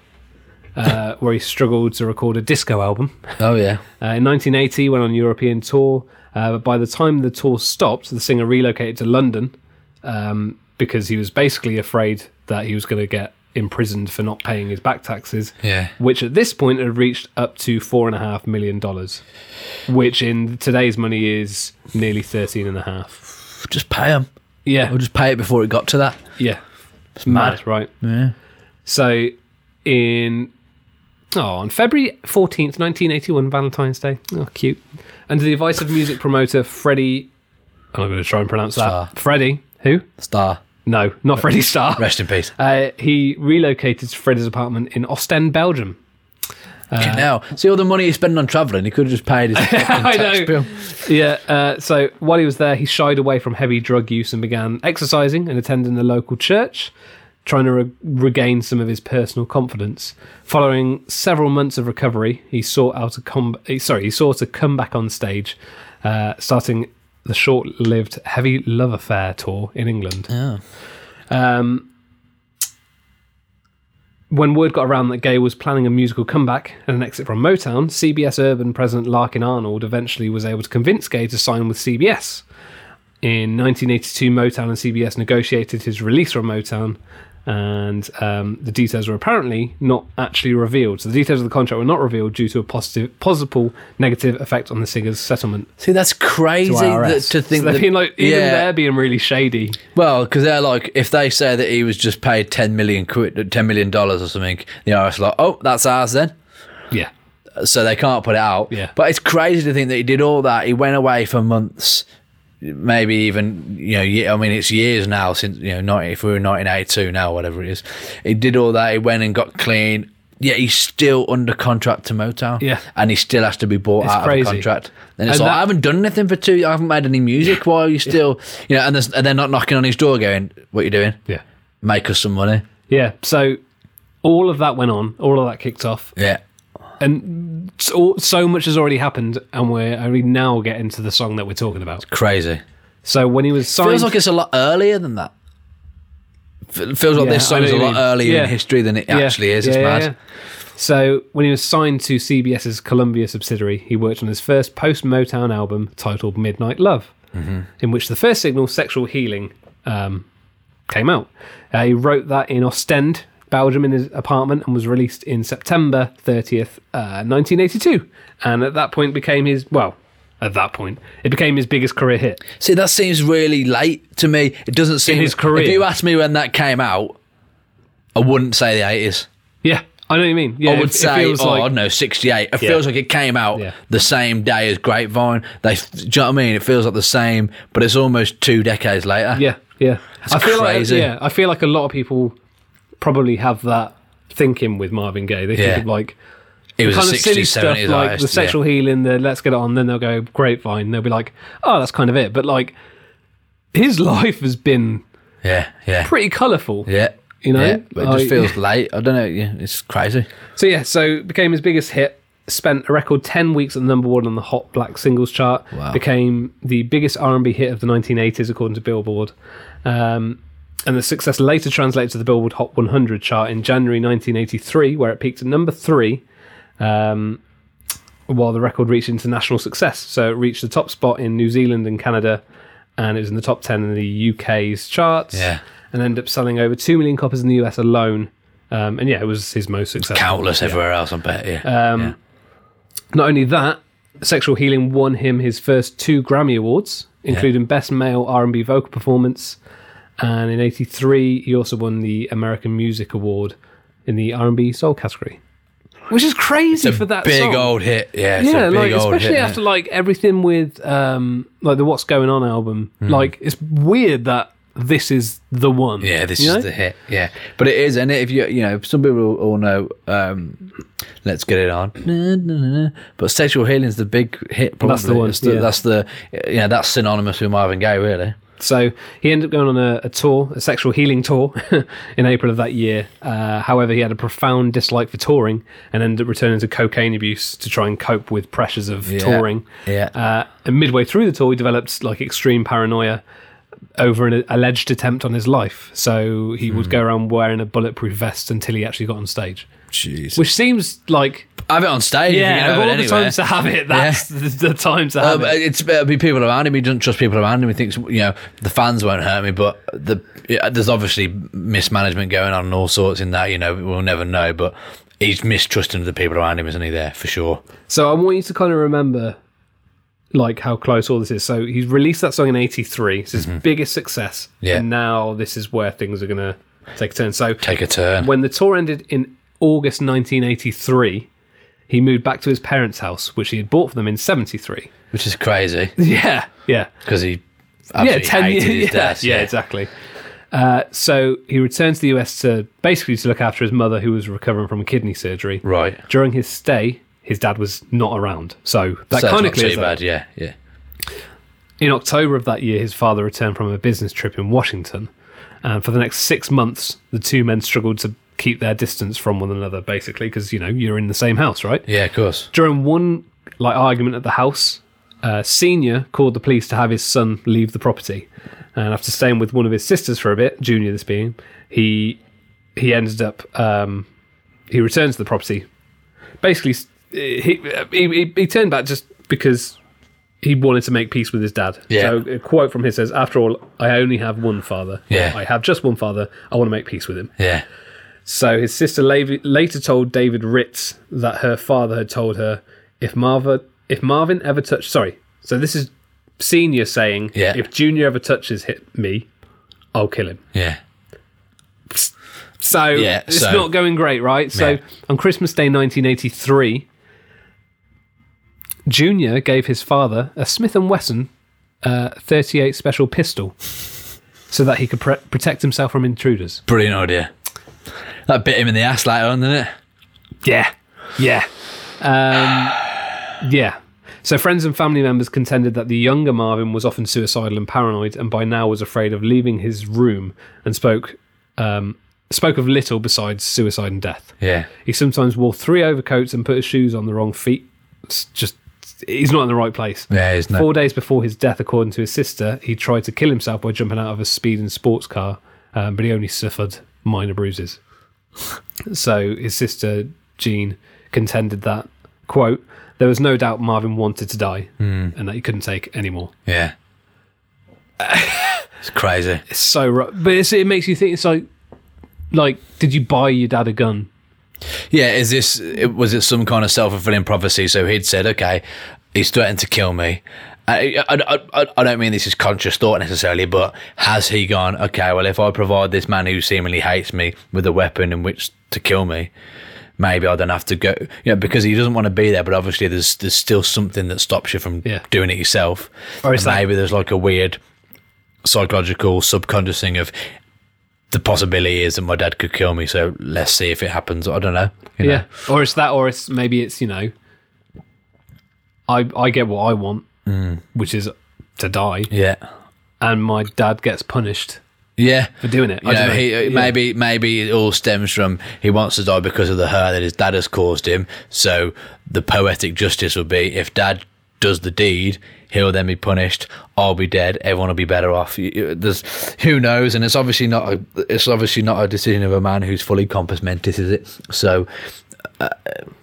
B: uh, where he struggled to record a disco album.
A: Oh yeah,
B: Uh, in 1980, went on a European tour. Uh, but by the time the tour stopped, the singer relocated to London um, because he was basically afraid that he was going to get imprisoned for not paying his back taxes.
A: Yeah.
B: Which at this point had reached up to four and a half million dollars, which in today's money is nearly thirteen and a half.
A: just pay them.
B: Yeah.
A: Or just pay it before it got to that.
B: Yeah. It's
A: mad.
B: mad, right?
A: Yeah.
B: So in oh, on February 14th, 1981, Valentine's Day. Oh, cute. Under the advice of music promoter Freddie I'm going to try and pronounce
A: Starr.
B: that. Freddie, who?
A: Star.
B: No, not Freddie Starr.
A: Rest in peace.
B: Uh, he relocated to Freddie's apartment in Ostend, Belgium. Uh,
A: Fucking hell. See all the money he's spending on travelling. He could have just paid his fucking
B: I
A: tax
B: know.
A: bill.
B: Yeah, uh, so while he was there, he shied away from heavy drug use and began exercising and attending the local church, trying to re- regain some of his personal confidence. Following several months of recovery, he sought out a com- eh, sorry, he sought to come back on stage, uh, starting the short-lived Heavy Love Affair tour in England.
A: Yeah.
B: Um, when word got around that Gay was planning a musical comeback and an exit from Motown, CBS Urban president Larkin Arnold eventually was able to convince Gay to sign with CBS. In 1982, Motown and CBS negotiated his release from Motown, and um, the details were apparently not actually revealed. So the details of the contract were not revealed due to a positive, possible negative effect on the singer's settlement
A: See, that's crazy
B: to
A: that,
B: IRS.
A: to think
B: so they're
A: that.
B: being like, even
A: yeah,
B: they're being really shady.
A: well, because they're like, if they say that he was just paid ten million quid, ten million dollars or something, the IRS are like, oh, that's ours then.
B: Yeah,
A: So they can't put it out.
B: Yeah.
A: But it's crazy to think that he did all that. He went away for months, maybe even you know. ye- I mean, it's years now since you know. 90, if we were in 1982 now, whatever it is, he did all that. He went and got clean. Yet he's still under contract to Motown.
B: Yeah.
A: and he still has to be bought
B: It's
A: out
B: crazy.
A: of a contract. And it's
B: And
A: like
B: that-
A: I haven't done anything for two. I haven't made any music. Why are you still, you know? And, there's, and they're not knocking on his door, going, "What you doing?
B: yeah.
A: Make us some money."
B: Yeah. So all of that went on, all of that kicked off,
A: Yeah,
B: and so, so much has already happened, and we're only now getting to the song that we're talking about.
A: crazy.
B: So when he was signed,
A: Feels like it's a lot earlier than that. F- feels like
B: Yeah,
A: this
B: I know
A: song's a
B: what you
A: lot
B: mean.
A: earlier
B: Yeah.
A: in history than it
B: Yeah,
A: actually is.
B: yeah,
A: it's
B: yeah,
A: mad.
B: yeah. So, when he was signed to CBS's Columbia subsidiary, he worked on his first post Motown album titled Midnight Love,
A: Mm-hmm.
B: in which the first single, Sexual Healing, um, came out. Uh, he wrote that in Ostend, Belgium, in his apartment and was released in September 30th, uh, 1982. And at that point became his, well, at that point, it became his biggest career hit.
A: See, that seems really late to me. It doesn't seem
B: his career.
A: If you asked me when that came out, I wouldn't say the eighties.
B: Yeah, I know what you mean. Yeah,
A: I
B: it-
A: would
B: it
A: say,
B: feels
A: oh
B: like-
A: I don't know, sixty-eight. It feels like it came out
B: Yeah.
A: the same day as Grapevine. They, do you know what I mean? It feels like the same, but it's almost two decades later.
B: Yeah, yeah. I feel
A: crazy.
B: like yeah, I feel like a lot of people probably have that thinking with Marvin Gaye. They
A: Yeah.
B: think of like
A: it was
B: kind
A: a
B: of silly
A: sixties,
B: stuff
A: seventies
B: like the sexual healing, the let's get it on, then they'll go grapevine, they'll be like, Oh, that's kind of it. But like his life has been
A: Yeah, yeah,
B: pretty colourful.
A: yeah.
B: You know,
A: yeah, but it
B: I-
A: just feels late. I don't know. Yeah, it's crazy.
B: So yeah, so became his biggest hit. Spent a record ten weeks at number one on the Hot Black Singles Chart.
A: Wow.
B: Became the biggest R and B hit of the 1980s, according to Billboard. Um, and the success later translated to the Billboard Hot 100 chart in January 1983, where it peaked at number three. Um, while the record reached international success, so it reached the top spot in New Zealand and Canada, and it was in the top ten in the UK's charts.
A: Yeah.
B: And ended up selling over two million copies in the US alone. Um, and yeah, it was his most successful.
A: Countless everywhere else. I bet.
B: Um,
A: Yeah. yeah.
B: Not only that, Sexual Healing won him his first two Grammy Awards, including Best Male R&B Vocal Performance, and in '83 he also won the American Music Award in the R&B Soul category, which is crazy for that
A: big
B: song.
A: old hit. Yeah, it's
B: yeah,
A: a big
B: like
A: old
B: especially
A: hit, yeah.
B: after like everything with um like the What's Going On album.
A: Hmm.
B: Like it's weird that this is the one.
A: Yeah, this
B: you
A: is
B: know?
A: the hit. Yeah, but it is, and if you you know, some people all know. Um, Let's get it on. Na, na, na, na. But sexual healing's the big hit. Probably.
B: That's the one,
A: It's the,
B: yeah.
A: That's the yeah. That's synonymous with Marvin Gaye, really.
B: So he ended up going on a, a tour, a sexual healing tour, in April of that year. Uh, however, he had a profound dislike for touring and ended up returning to cocaine abuse to try and cope with pressures of touring.
A: Yeah.
B: Uh, and midway through the tour, he developed like extreme paranoia over an alleged attempt on his life. So he
A: Hmm.
B: would go around wearing a bulletproof vest until he actually got on stage,
A: Jeez.
B: which seems like
A: Have it on stage.
B: yeah,
A: Yeah,
B: of
A: if you
B: all
A: can
B: the
A: have it anywhere.
B: times to have it, that's the, the time to have
A: Um,
B: it.
A: it's it'll be people around him. He doesn't trust people around him. He thinks you know the fans won't hurt me, but the yeah, there's obviously mismanagement going on and all sorts in that. You know, we'll never know, but he's mistrusting the people around him, isn't he? There for sure.
B: So I want you to kind of remember like how close all this is. So he's released that song in 83. It's his biggest success.
A: Mm-hmm. Yeah.
B: And now this is where things are going to take a turn. So
A: Take a turn.
B: when the tour ended in August 1983, he moved back to his parents' house, which he had bought for them in 73.
A: which is crazy
B: Yeah. Yeah.
A: because he absolutely hated his
B: yeah,
A: death.
B: yeah, exactly. Uh, so he returned to the US to basically to look after his mother, who was recovering from kidney surgery.
A: right.
B: During his stay, his dad was not around. So that
A: So
B: kind of
A: it's not
B: clears
A: too
B: that.
A: bad. Yeah, yeah.
B: In October of that year, his father returned from a business trip in Washington. And for the next six months, the two men struggled to keep their distance from one another, basically, because, you know, you're in the same house, right?
A: Yeah, of course.
B: During one, like, argument at the house, uh, Senior called the police to have his son leave the property. And after staying with one of his sisters for a bit, Junior this being, he he ended up, um, he returned to the property. Basically, s- he, he, he, he turned back just because he wanted to make peace with his dad.
A: Yeah.
B: So a quote from him says, "After all, I only have one father.
A: Yeah.
B: I have just one father. I want to make peace with him."
A: Yeah.
B: So his sister la- later told David Ritz that her father had told her if Marvin if Marvin ever touched sorry. So this is senior saying
A: Yeah.
B: if Junior ever touches hit me, I'll kill him.
A: Yeah.
B: So
A: Yeah,
B: it's
A: so-
B: not going great, right? So
A: Yeah.
B: on Christmas Day 1983, Junior gave his father a Smith & Wesson uh, 38 special pistol so that he could pre- protect himself from intruders.
A: Brilliant idea. That bit him in the ass later on, didn't it?
B: Yeah. Yeah. Um, yeah. So friends and family members contended that the younger Marvin was often suicidal and paranoid, and by now was afraid of leaving his room, and spoke um, spoke of little besides suicide and death.
A: Yeah.
B: He sometimes wore three overcoats and put his shoes on the wrong feet. It's just he's not in the right place.
A: Yeah, he's not.
B: Four days before his death, according to his sister, he tried to kill himself by jumping out of a speeding sports car um, but he only suffered minor bruises. So his sister Jean contended that quote there was no doubt Marvin wanted to die and that he couldn't take anymore.
A: Yeah. it's crazy.
B: It's so rough, but it's, it makes you think. It's like, like, did you buy your dad a gun?
A: Yeah, is this it- was it some kind of self fulfilling prophecy? So he'd said, okay, he's threatened to kill me. I, I, I, I don't mean this is conscious thought necessarily, but has he gone, okay, well, if I provide this man who seemingly hates me with a weapon in which to kill me, maybe I don't have to go, you know, because he doesn't want to be there, but obviously there's there's still something that stops you from
B: Yeah.
A: doing it yourself.
B: Or is
A: And
B: that-
A: maybe there's like a weird psychological subconscious thing of the possibility is that my dad could kill me, so let's see if it happens. I don't know. you know?
B: Yeah, or it's that, or it's maybe it's you know, I I get what I want, which is to die,
A: Yeah.
B: and my dad gets punished
A: Yeah.
B: for doing it.
A: You
B: I don't
A: know,
B: know.
A: he, uh,
B: Yeah.
A: Maybe maybe it all stems from he wants to die because of the hurt that his dad has caused him. So the poetic justice would be if dad does the deed, he'll then be punished. I'll be dead. Everyone will be better off. You- you- There's who knows, and it's obviously not a, it's obviously not a decision of a man who's fully compass mentis, is it? So.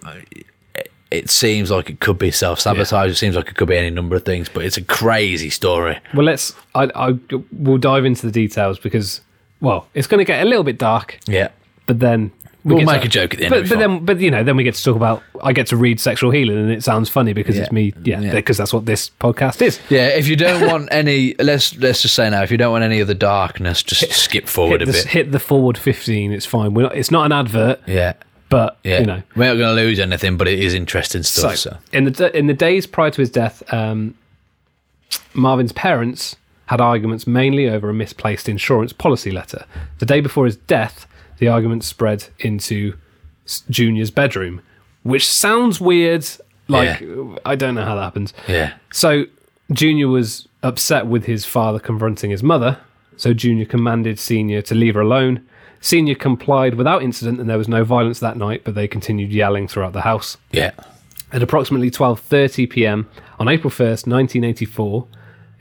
A: Uh, it seems like it could be self sabotage. It seems like it could be any number of things, but it's a crazy story.
B: Well, let's. I I we'll dive into the details because well, it's going to get a little bit dark,
A: Yeah,
B: but then. We
A: We'll
B: get to-
A: make a joke at the end, it'll
B: but,
A: be
B: but
A: fine.
B: then, but you know, then we get to talk about. I get to read sexual healing, and it sounds funny because
A: Yeah.
B: it's me, yeah,
A: Yeah.
B: because that's what this podcast is.
A: Yeah, if you don't want any, let's let's just say now, if you don't want any of the darkness, just skip forward
B: hit
A: a
B: the,
A: bit.
B: hit the forward 15 it's fine we're not, it's not an advert
A: Yeah,
B: but
A: yeah.
B: you know
A: We're not going to lose anything, but it is interesting
B: so,
A: stuff. So,
B: in the d- in the days prior to his death um, marvin's parents had arguments mainly over a misplaced insurance policy letter the day before his death the argument spread into S- junior's bedroom which sounds weird like i don't know how that happens
A: yeah,
B: So Junior was upset with his father confronting his mother. So Junior commanded Senior to leave her alone. Senior complied without incident, and there was no violence that night. But they continued yelling throughout the house.
A: yeah,
B: At approximately 12:30 p.m. on April 1st, 1984,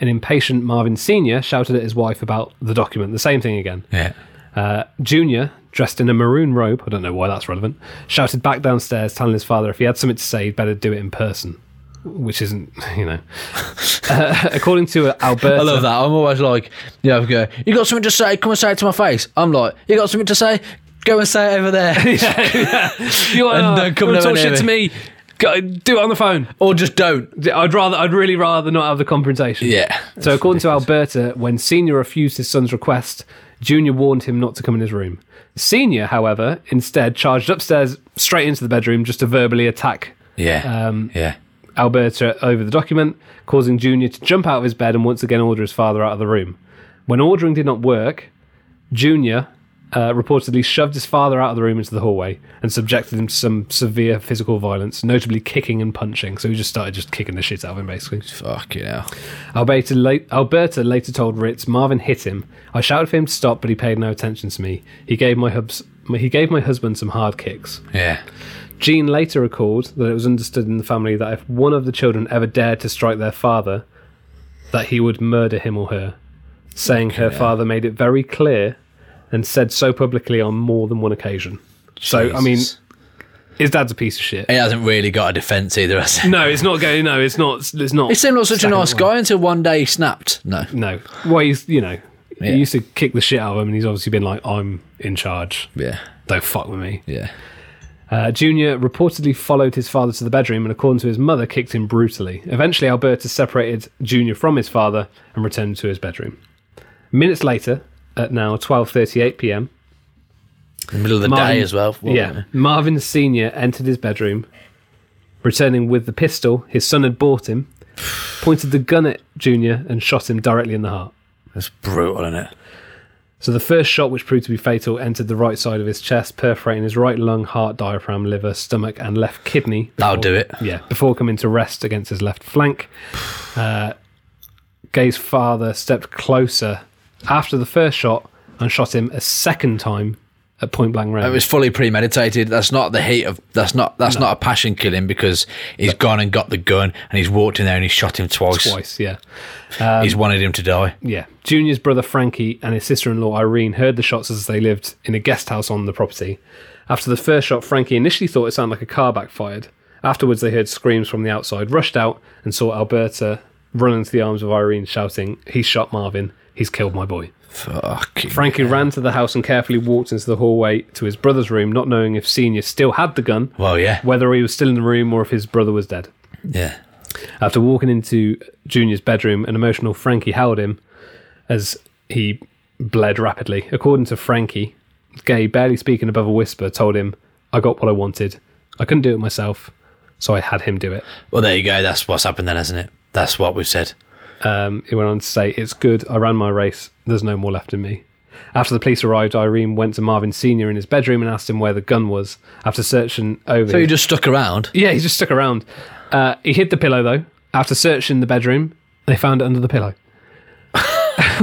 B: an impatient Marvin Senior shouted at his wife about the document. The same thing again.
A: yeah,
B: Uh, Junior, dressed in a maroon robe, I don't know why that's relevant, shouted back downstairs, telling his father if he had something to say, he'd better do it in person. Which isn't, you know. Uh, according to Alberta,
A: I love that. I'm always like, yeah, I go. You got something to say? Come and say it to my face. I'm like, you got something to say? Go and say it over there,
B: you are,
A: And don't come nowhere
B: don't talk
A: near
B: shit to me. Go, do it on the phone.
A: or just don't.
B: I'd rather, I'd really rather not have the confrontation.
A: Yeah,
B: So, according to Alberta, when Senior refused his son's request, Junior warned him not to come in his room. Senior, however, instead charged upstairs straight into the bedroom just to verbally attack
A: yeah,
B: um,
A: yeah,
B: Alberta over the document, causing Junior to jump out of his bed and once again order his father out of the room. When ordering did not work, Junior uh, reportedly shoved his father out of the room into the hallway and subjected him to some severe physical violence, notably kicking and punching. So he just started just kicking the shit out of him, basically.
A: fuck you know.
B: Alberta, la- Alberta later told Ritz Marvin hit him. I shouted for him to stop, but he paid no attention to me. He gave my hubs- he gave my husband some hard kicks.
A: Yeah,
B: Jean later recalled that it was understood in the family that if one of the children ever dared to strike their father, that he would murder him or her, saying her father made it very clear and said so publicly on more than one occasion. So, I mean,
A: Jesus.
B: his dad's a piece of shit.
A: he hasn't really got a defence either. Has he?
B: No, it's not going. No, it's not. It's not.
A: He seemed like such a
B: Second
A: nice
B: one.
A: guy until one day he snapped. No,
B: No. Well, he's you know
A: Yeah.
B: he used to kick the shit out of him, and he's obviously been like, "I'm in charge.
A: yeah,
B: Don't fuck with me."
A: yeah.
B: Uh, Junior reportedly followed his father to the bedroom and, according to his mother, kicked him brutally. Eventually, Alberta separated Junior from his father and returned to his bedroom. Minutes later, at now 12:38 p.m.,
A: middle of the
B: Marvin-
A: day as well. Well,
B: yeah, Marvin Senior entered his bedroom, returning with the pistol his son had bought him, pointed the gun at Junior and shot him directly in the heart.
A: That's brutal, isn't it?
B: So the first shot, which proved to be fatal, entered the right side of his chest, perforating his right lung, heart, diaphragm, liver, stomach, and left kidney.
A: That'll do it.
B: Yeah, before coming to rest against his left flank. Uh, Gay's father stepped closer after the first shot and shot him a second time at point blank range.
A: It was fully premeditated. That's not the heat of. That's not. That's not a passion killing because he's gone and got the gun and he's walked in there and he's shot him twice. Um,
B: Twice, yeah.
A: he's wanted him to die.
B: Yeah. Junior's brother Frankie and his sister in law Irene heard the shots as they lived in a guest house on the property. After the first shot, Frankie initially thought it sounded like a car backfired. Afterwards, they heard screams from the outside, rushed out, and saw Alberta run into the arms of Irene, shouting, He's shot Marvin. He's killed my boy.
A: Fucking.
B: Frankie ran to the house and carefully walked into the hallway to his brother's room, not knowing if Senior still had the gun,
A: Well, yeah,
B: whether he was still in the room, or if his brother was dead.
A: yeah.
B: After walking into Junior's bedroom, an emotional Frankie held him as he bled rapidly. According to Frankie, Gay, barely speaking above a whisper, told him, I got what I wanted. I couldn't do it myself, so I had him do it.
A: Well, there you go. That's what's happened then, hasn't it? That's what we've said.
B: Um, he went on to say, It's good. I ran my race. There's no more left in me. After the police arrived, Irene went to Marvin Sr. in his bedroom and asked him where the gun was. After searching over.
A: So
B: his-
A: you just stuck around.
B: yeah, he just stuck around. Uh, he hid the pillow, though. After searching the bedroom, they found it under the pillow.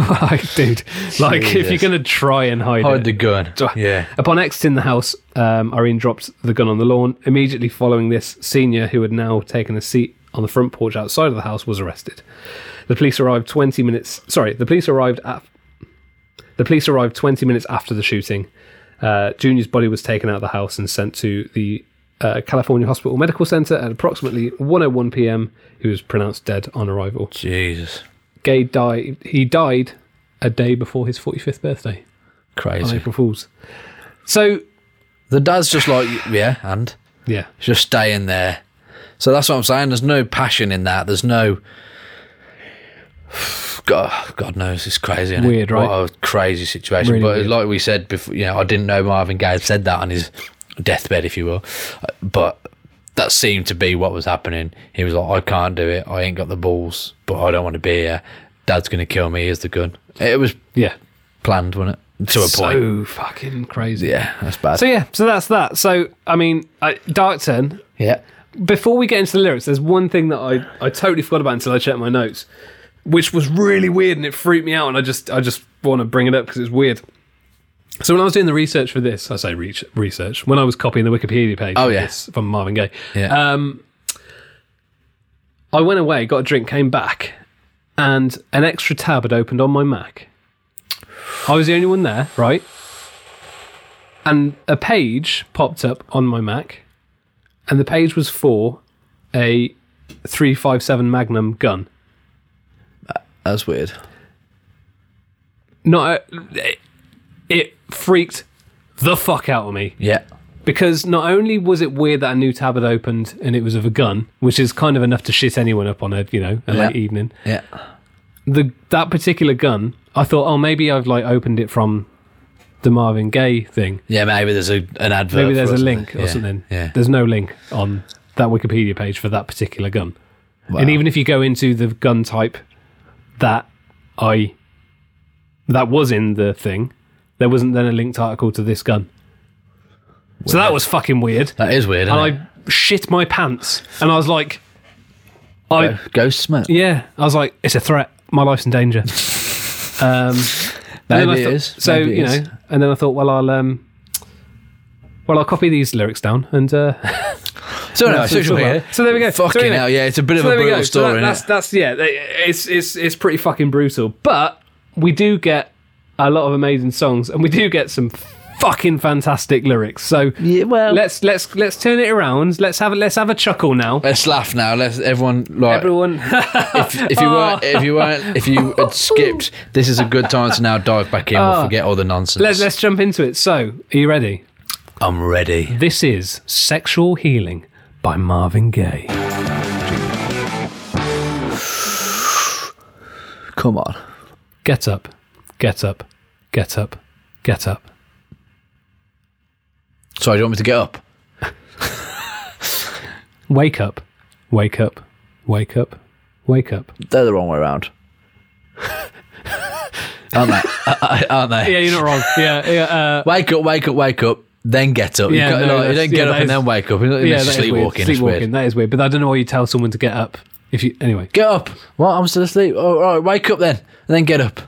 B: like, dude, like, if you're
A: Jesus.
B: going to try and hide,
A: Hide
B: it.
A: the gun. Yeah.
B: Upon exiting the house, um, Irene dropped the gun on the lawn. Immediately following this, Senior, who had now taken a seat on the front porch outside of the house, was arrested. The police arrived 20 minutes. Sorry, the police arrived at. The police arrived 20 minutes after the shooting. Uh, Junior's body was taken out of the house and sent to the uh, California Hospital Medical Center at approximately 1:01 p.m. He was pronounced dead on arrival.
A: Jesus.
B: Gay died. He died a day before his 45th birthday on
A: Crazy.
B: April Fools. So
A: The dad's just like, yeah, and
B: yeah,
A: just stay in there. So that's what I'm saying. There's no passion in that. There's no. God, God knows, it's crazy. Isn't
B: Weird,
A: it?
B: right?
A: What a crazy situation.
B: Really
A: but
B: weird.
A: like we said before, you know, I didn't know Marvin Gaye had said that on his deathbed, if you will. But that seemed to be what was happening. He was like, "I can't do it. I ain't got the balls, but I don't want to be here. Dad's gonna kill me. Here's the gun." It was
B: Yeah.
A: planned, wasn't it? To a point.
B: So fucking crazy.
A: Yeah, that's bad.
B: So yeah, so that's that. So I mean, I, Dark Turn.
A: yeah.
B: Before we get into the lyrics, there's one thing that I, I totally forgot about until I checked my notes, which was really weird and it freaked me out. And I just I just want to bring it up because it's weird. So when I was doing the research for this, I say reach, research. When I was copying the Wikipedia page,
A: Oh,
B: for
A: yeah.
B: this from Marvin Gaye.
A: Yeah.
B: Um, I went away, got a drink, came back, and an extra tab had opened on my Mac. I was the only one there, right? And a page popped up on my Mac, and the page was for a 357 Magnum gun.
A: That's weird.
B: Not it, it freaked the fuck out of me.
A: Yeah.
B: because not only was it weird that a new tab had opened and it was of a gun, which is kind of enough to shit anyone up on a you know a
A: Yeah.
B: late evening.
A: Yeah.
B: The that particular gun, I thought, oh maybe I've like opened it from the Marvin Gaye thing.
A: Yeah, maybe there's a, an advert.
B: Maybe there's
A: for
B: a
A: us.
B: link or
A: Yeah,
B: something.
A: Yeah.
B: There's no link on that Wikipedia page for that particular gun.
A: Wow.
B: And even if you go into the gun type that I that was in the thing, there wasn't then a linked article to this gun. So that was fucking weird.
A: that is weird. Isn't it?
B: and I shit my pants. And I was like, I
A: Go- Ghost smoke.
B: yeah, I was like, it's a threat. My life's in danger. um, and then I
A: Maybe it
B: thought-
A: is.
B: So
A: Maybe it
B: you
A: is.
B: know, and then I thought, well, I'll um, well, I'll copy these lyrics down and uh,
A: So, no,
B: that's
A: Oh, social
B: what it's all
A: media.
B: about. So there we go. So
A: Fucking
B: anyway-
A: hell, yeah. It's a bit of
B: so
A: a
B: there we go.
A: brutal
B: So that-
A: story.
B: that's
A: innit?
B: that's yeah. It's it's it's pretty fucking brutal. But we do get a lot of amazing songs, and we do get some fucking fantastic lyrics. So
A: Yeah, well-
B: let's let's let's turn it around. Let's have a, let's have a chuckle now.
A: Let's laugh now. Let's everyone like
B: Everyone, Ah.
A: if, if you weren't if you weren't if you had skipped, this is a good time to now dive back in. We'll forget all the nonsense.
B: Ah. let's let's jump into it. So, are you ready?
A: I'm ready.
B: This is Sexual Healing by Marvin Gaye.
A: Come on.
B: Get up, get up, get up, get up.
A: Sorry, do you want me to get up?
B: Wake up, wake up, wake up, wake up.
A: They're the wrong way around. aren't they? Uh, aren't they?
B: Yeah, you're not wrong. Yeah, yeah. Uh,
A: Wake up, wake up, wake up. Then get up.
B: Yeah,
A: you, got, like, you
B: no, that's-
A: don't get
B: yeah,
A: up
B: that
A: and
B: is-
A: then wake up. It's
B: yeah, that is
A: just
B: weird.
A: sleepwalking. It's
B: Sleepwalking,
A: weird.
B: that is weird. But I don't know why you tell someone to get up if you. Anyway,
A: Get up. What? I'm still asleep. Oh, All right, wake up then. And then get up.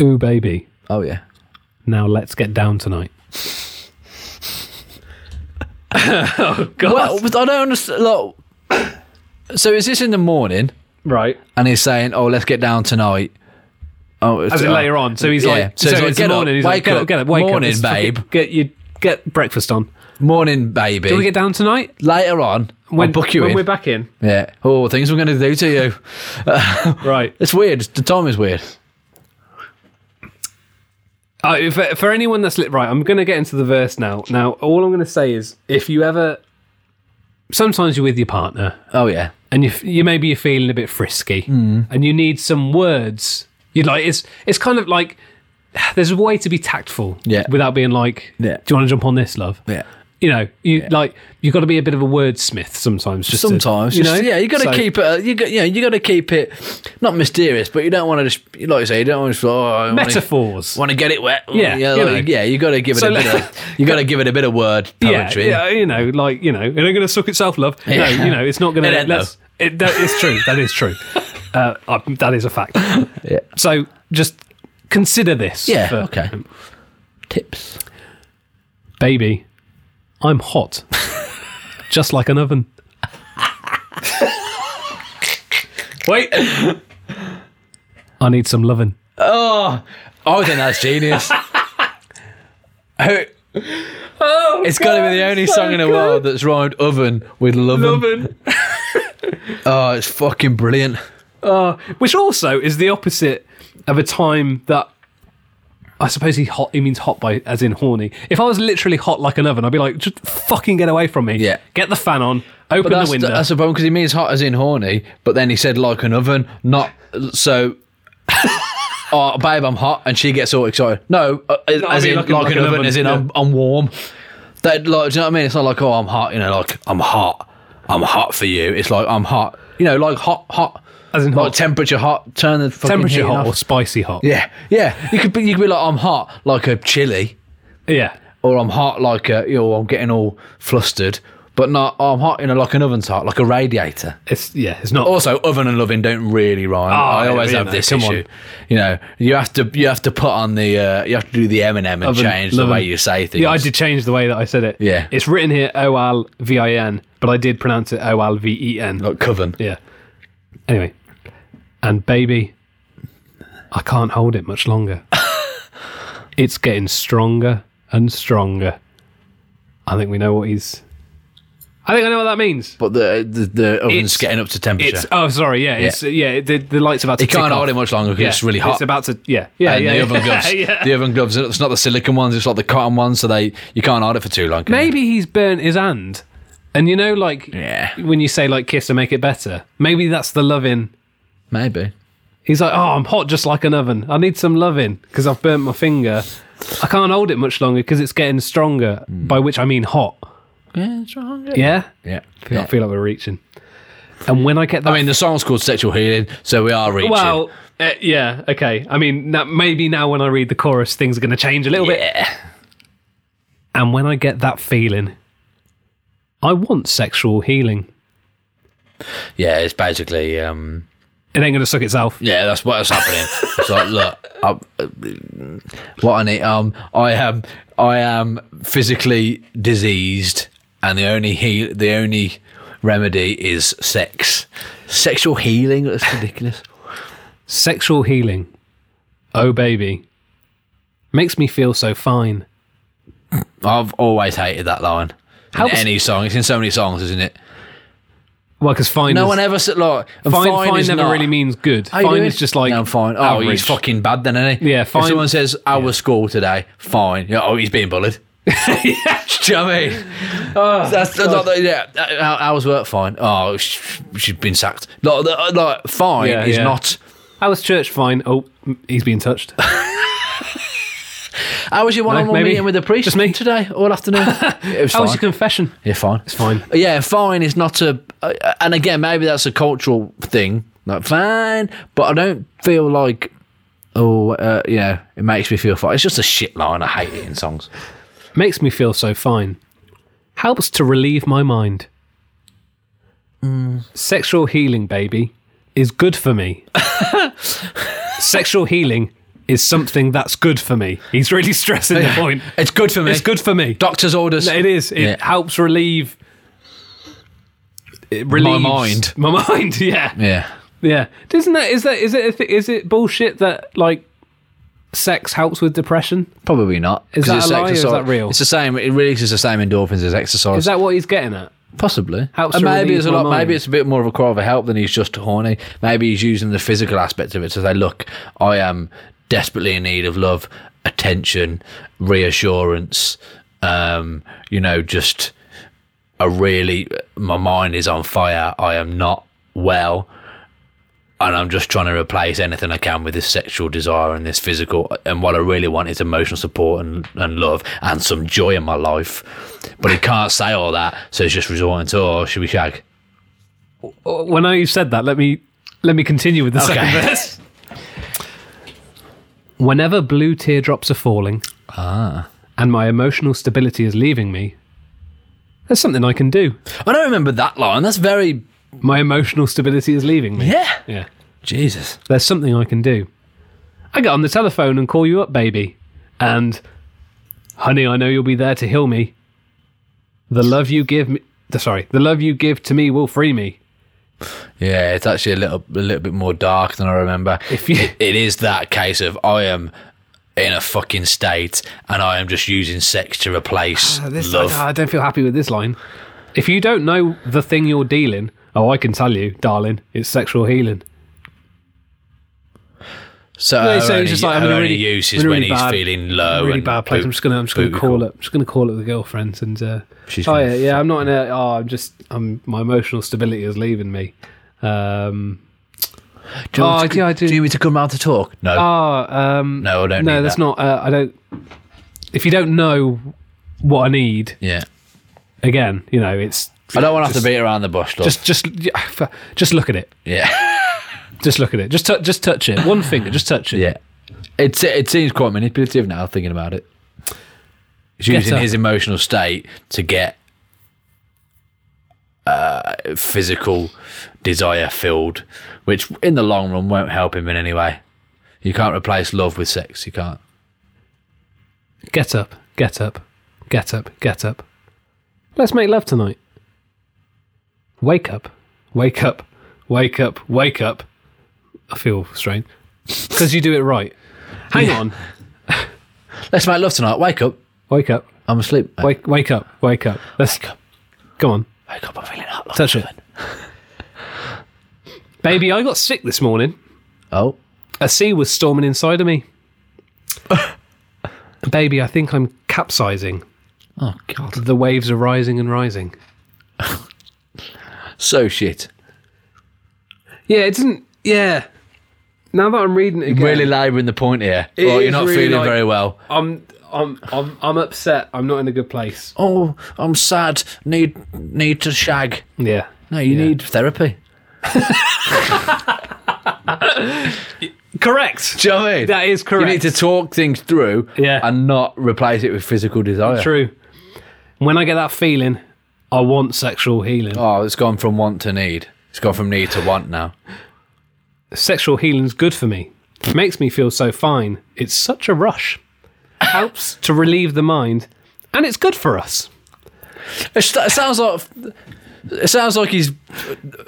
B: ooh baby,
A: Oh, yeah.
B: Now let's get down tonight. oh God!
A: Well, but I don't understand. Look, so is this in the morning?
B: right.
A: And he's saying, "Oh, let's get down tonight." Oh, it's,
B: As in
A: uh,
B: later on, so he's
A: yeah.
B: like,
A: So
B: so,
A: he's like,
B: it's the
A: "Get up,
B: morning. he's
A: wake
B: like, get
A: up,
B: up, get up, wake
A: morning,
B: up, It's fucking-
A: babe."
B: Get you get breakfast on.
A: morning, baby.
B: Do we get down tonight?
A: later on,
B: When
A: I'll book you
B: when
A: in.
B: we're back in,
A: yeah. Oh, things I'm going to do to you.
B: right?
A: It's weird. The time is weird.
B: Uh, for, for anyone that's lit, right, I'm going to get into the verse now. Now, all I'm going to say is if you ever. Sometimes you're with your partner
A: Oh yeah.
B: and you, f- you maybe you're feeling a bit frisky
A: Hmm.
B: and you need some words. You'd like, it's, it's kind of like there's a way to be tactful
A: Yeah.
B: without being like,
A: Yeah.
B: do you want to jump on this, love?
A: Yeah.
B: You know, you like you've got to be a bit of a wordsmith sometimes. Just to-
A: Sometimes, you know, yeah, you got to
B: so-
A: keep it. uh, You got, you know, you got to keep it not mysterious, but you don't want to just, like you say, you don't want to just, oh, I wanna-
B: metaphors.
A: want to get it wet.
B: Yeah,
A: yeah,
B: you
A: like,
B: know.
A: yeah. You got to give it
B: So
A: a bit.
B: let-
A: Of, you got to give it a bit of word poetry.
B: Yeah, yeah, you know, like you know, it ain't gonna suck itself, love.
A: Yeah.
B: No, you know, it's not gonna.
A: It ain't,
B: let's- it- that is true. That is true. Uh, I, that is a fact.
A: Yeah.
B: So just consider this.
A: Yeah,
B: for-
A: okay. Tips.
B: baby. I'm hot, just like an oven.
A: Wait.
B: I need some loving.
A: Oh, I think that's genius. Who-
B: Oh,
A: it's got to be the only song in the world that's rhymed oven with lovin'.
B: Loving,
A: Oh, it's fucking brilliant.
B: uh, which also is the opposite of a time that. I suppose he hot. He means hot by as in horny. If I was literally hot like an oven, I'd be like, just fucking get away from me.
A: Yeah.
B: Get the fan on. Open
A: But that's
B: the window.
A: that's the problem because he means hot as in horny, but then he said like an oven, not so. oh, babe, I'm hot, and she gets all excited. No, uh, as
B: I mean,
A: in like,
B: like a-
A: an, oven, as in I'm, I'm warm. That like, do you know what I mean? It's not like oh, I'm hot. You know, like I'm hot. I'm hot for you. It's like I'm hot. You know, like hot, hot.
B: As in
A: Like
B: hot.
A: temperature hot. Turn the fucking
B: temperature
A: heat
B: hot
A: off.
B: or spicy hot.
A: Yeah, yeah. You could be, you could be like, I'm hot like a chili,
B: Yeah.
A: or I'm hot like a, you know, I'm getting all flustered, but not, oh, I'm hot, you know, like an oven's hot, like a radiator.
B: It's yeah, it's not
A: Also, oven and loving don't really
B: Oh,
A: rhyme. I always
B: you
A: have
B: know,
A: this
B: come
A: issue.
B: on.
A: You know, you have to you have to put on the uh, you have to do the M and M and
B: Oven,
A: change the
B: lovin'.
A: way you say things.
B: Yeah, I did change the way that I said it.
A: Yeah.
B: It's written here O L V I N, but I did pronounce it O L V E N.
A: like coven.
B: Yeah. Anyway. And baby, I can't hold it much longer. it's getting stronger and stronger. I think we know what he's I think I know what that means.
A: But the the, the oven's
B: It's-
A: getting up to temperature.
B: It's oh sorry, yeah, it's yeah, the, the light's about to
A: you can't
B: tick
A: hold
B: off.
A: it much longer because
B: Yeah,
A: it's really hot.
B: It's about to yeah. Yeah,
A: and
B: yeah,
A: the
B: yeah.
A: oven gloves,
B: yeah.
A: the oven gloves. It's not the silicon ones. It's like the cotton ones. So they you can't hold it for too long. can you?
B: Maybe he's burnt his hand. And you know, like,
A: Yeah.
B: when you say, like, kiss to make it better, maybe that's the loving.
A: maybe.
B: He's like, oh, I'm hot just like an oven. I need some loving because I've burnt my finger. I can't hold it much longer because it's getting stronger,
A: Hmm.
B: by which I mean hot.
A: Yeah, it's wrong, yeah.
B: Yeah?
A: Yeah.
B: I feel like we're reaching. And when I get that.
A: I mean, the song's called Sexual Healing, so we are reaching.
B: well, uh, yeah, okay. I mean, that, maybe now when I read the chorus, things are going to change a little bit.
A: yeah.
B: And when I get that feeling, I want sexual healing.
A: Yeah, it's basically, um,
B: It ain't going to suck itself.
A: yeah, that's what's happening. it's like, look, I, uh, what I need, um, I am, I am physically diseased, and the only heal, the only remedy is sex. Sexual healing? That's ridiculous.
B: Sexual healing. Oh, baby. Makes me feel so fine.
A: I've always hated that line. In
B: How was-
A: any song, it's in so many songs, isn't it?
B: Well, because fine,
A: No
B: is,
A: one ever said like and
B: fine,
A: fine,
B: fine,
A: is
B: never
A: not-
B: really means good.
A: How you
B: Fine
A: doing?
B: is just like
A: no, I'm fine. Oh,
B: average.
A: he's fucking bad then, isn't he?
B: Yeah,
A: If
B: fine-
A: someone says I was school today, fine. Yeah, oh, he's being bullied. Do you know what I mean?
B: Oh,
A: that's, that's not the, yeah. Uh, How, how's work? Fine. Oh, sh- she's been sacked. Like, the- uh, like fine
B: Yeah,
A: is
B: yeah.
A: not.
B: How was church? Fine. Oh, m- he's being touched.
A: How was your one-on-one
B: maybe.
A: meeting with the priest
B: Just me.
A: today all afternoon? it was
B: How
A: fine.
B: was your confession?
A: yeah, fine.
B: It's fine.
A: Yeah, fine is not a. Uh, and again, maybe that's a cultural thing. Like fine, but I don't feel like. Oh, uh, you know, it makes me feel fine. It's just a shit line. I hate it in songs.
B: Makes me feel so fine. Helps to relieve my mind.
A: Mm.
B: Sexual healing, baby, is good for me. Sexual healing is something that's good for me. He's really stressing the point.
A: It's good for me.
B: It's good for me.
A: Doctor's orders.
B: It is. It
A: Yeah.
B: helps relieve. It
A: mind.
B: My mind. Yeah.
A: Yeah.
B: Yeah. Isn't that is that is it a thi- is it bullshit that like sex helps with depression?
A: Probably not.
B: Is
A: 'Cause
B: that
A: it's
B: a lie or is
A: exercise-
B: that real?
A: It's the same. It releases the same endorphins as exercise.
B: Is that what he's getting at?
A: Possibly.
B: Helps
A: and
B: to
A: maybe
B: relieve
A: it's a
B: my
A: lot.
B: mind.
A: Maybe it's a bit more of a cry of help than he's just horny. Maybe he's using the physical aspect of it to say, "Look, I am desperately in need of love, attention, reassurance. Um, you know, just a really my mind is on fire. I am not well." And I'm just trying to replace anything I can with this sexual desire and this physical. And what I really want is emotional support and, and love and some joy in my life. But he can't say all that, so he's just resorting to, oh, should we shag?
B: Oh, Well, now you've said that, let me let me continue with the
A: Okay.
B: second verse. Whenever blue teardrops are falling,
A: Ah.
B: and my emotional stability is leaving me, there's something I can do.
A: I don't remember that line. That's very.
B: My emotional stability is leaving me.
A: Yeah.
B: Yeah.
A: Jesus.
B: There's something I can do. I get on the telephone and call you up, baby. And, honey, I know you'll be there to heal me. The love you give me, the, sorry, the love you give to me will free me.
A: Yeah, it's actually a little, a little bit more dark than I remember.
B: If you-
A: It- it is that case of I am in a fucking state and I am just using sex to replace
B: Uh, this,
A: love.
B: I, I don't feel happy with this line. If you don't know the thing you're dealing, oh, I can tell you, darling, it's sexual healing.
A: So,
B: No,
A: her
B: so it's
A: only,
B: just like, I'm
A: her
B: in a
A: only
B: really-
A: use
B: I'm
A: is
B: in a
A: when
B: really
A: he's
B: bad-
A: feeling low.
B: really
A: Oh, and
B: bad place.
A: boot-
B: I'm just gonna, I'm just gonna
A: booty
B: call
A: call.
B: up. I'm just gonna call up the girlfriend and. Uh,
A: She's
B: oh
A: gonna
B: yeah, yeah. I'm not in a. Oh, I'm just. I'm. My emotional stability is leaving me. Um.
A: Do you, want
B: Oh,
A: me to-
B: yeah, I do.
A: you want me to come round to talk? No.
B: Oh. Um.
A: No, I don't
B: No,
A: need
B: that's
A: that.
B: not. Uh, I don't. If you don't know what I need,
A: yeah.
B: again, you know, it's
A: I don't want to have to beat around the bush, love.
B: just, just, just look at it.
A: yeah.
B: Just look at it. Just, tou just touch it. One finger. Just touch it.
A: yeah. It's, it seems quite manipulative now, thinking about it. He's
B: Get
A: using
B: up.
A: his emotional state to get uh, physical desire filled, which in the long run won't help him in any way. You can't replace love with sex. You can't.
B: Get up, get up, get up, get up. Let's make love tonight. Wake up, wake up, wake up, wake up. I feel strange. Because you do it right. Hang on.
A: Let's make love tonight. Wake up.
B: Wake up,
A: I'm asleep. mate.
B: wake, wake up, wake up. Let's
A: Wake up.
B: Come on,
A: Wake up. I'm feeling hot. love.
B: touch it. Baby, I got sick this morning.
A: Oh.
B: A sea was storming inside of me. Baby, I think I'm capsizing.
A: Oh, God.
B: The waves are rising and rising.
A: So shit.
B: Yeah, it doesn't. Yeah. Now that I'm reading it again,
A: Really labouring the point here.
B: It
A: well, you're
B: is
A: not
B: really
A: feeling
B: like-
A: very well.
B: I'm, I'm, I'm, I'm upset. I'm not in a good place.
A: Oh, I'm sad. Need need to shag.
B: Yeah.
A: No, you
B: Yeah.
A: need therapy.
B: Correct.
A: Do you know what I mean?
B: That is correct.
A: You need to talk things through
B: Yeah.
A: and not replace it with physical desire.
B: True. When I get that feeling, I want sexual healing.
A: Oh, it's gone from want to need. It's gone from need to want now.
B: Sexual healing's good for me. It makes me feel so fine. It's such a rush. Helps to relieve the mind, and it's good for us.
A: It, st- it sounds like it sounds like he's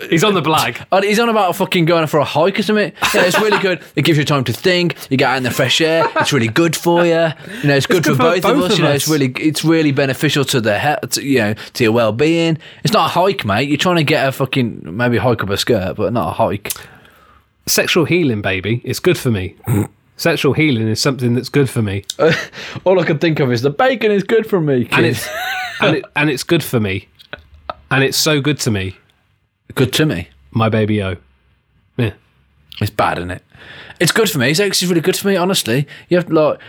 B: He's on the blag.
A: oh, he's on about fucking going for a hike or something. Yeah, it's really good. It gives you time to think. You get out in the fresh air. It's really good for you. You know, it's good, for, both, of us. You know, it's
B: us.
A: really it's really beneficial to the he- to, you know to your well being. It's not a hike, mate. You're trying to get a fucking maybe hike up a skirt, but not a hike.
B: Sexual healing, baby, is good for me. Sexual healing is something that's good for me.
A: All I can think of is the bacon is good for me.
B: and it's and, it, and it's good for me, and it's so good to me,
A: good to me.
B: my baby O. Yeah,
A: It's bad, isn't it? It's good for me. Sex is really good for me. Honestly, you have to like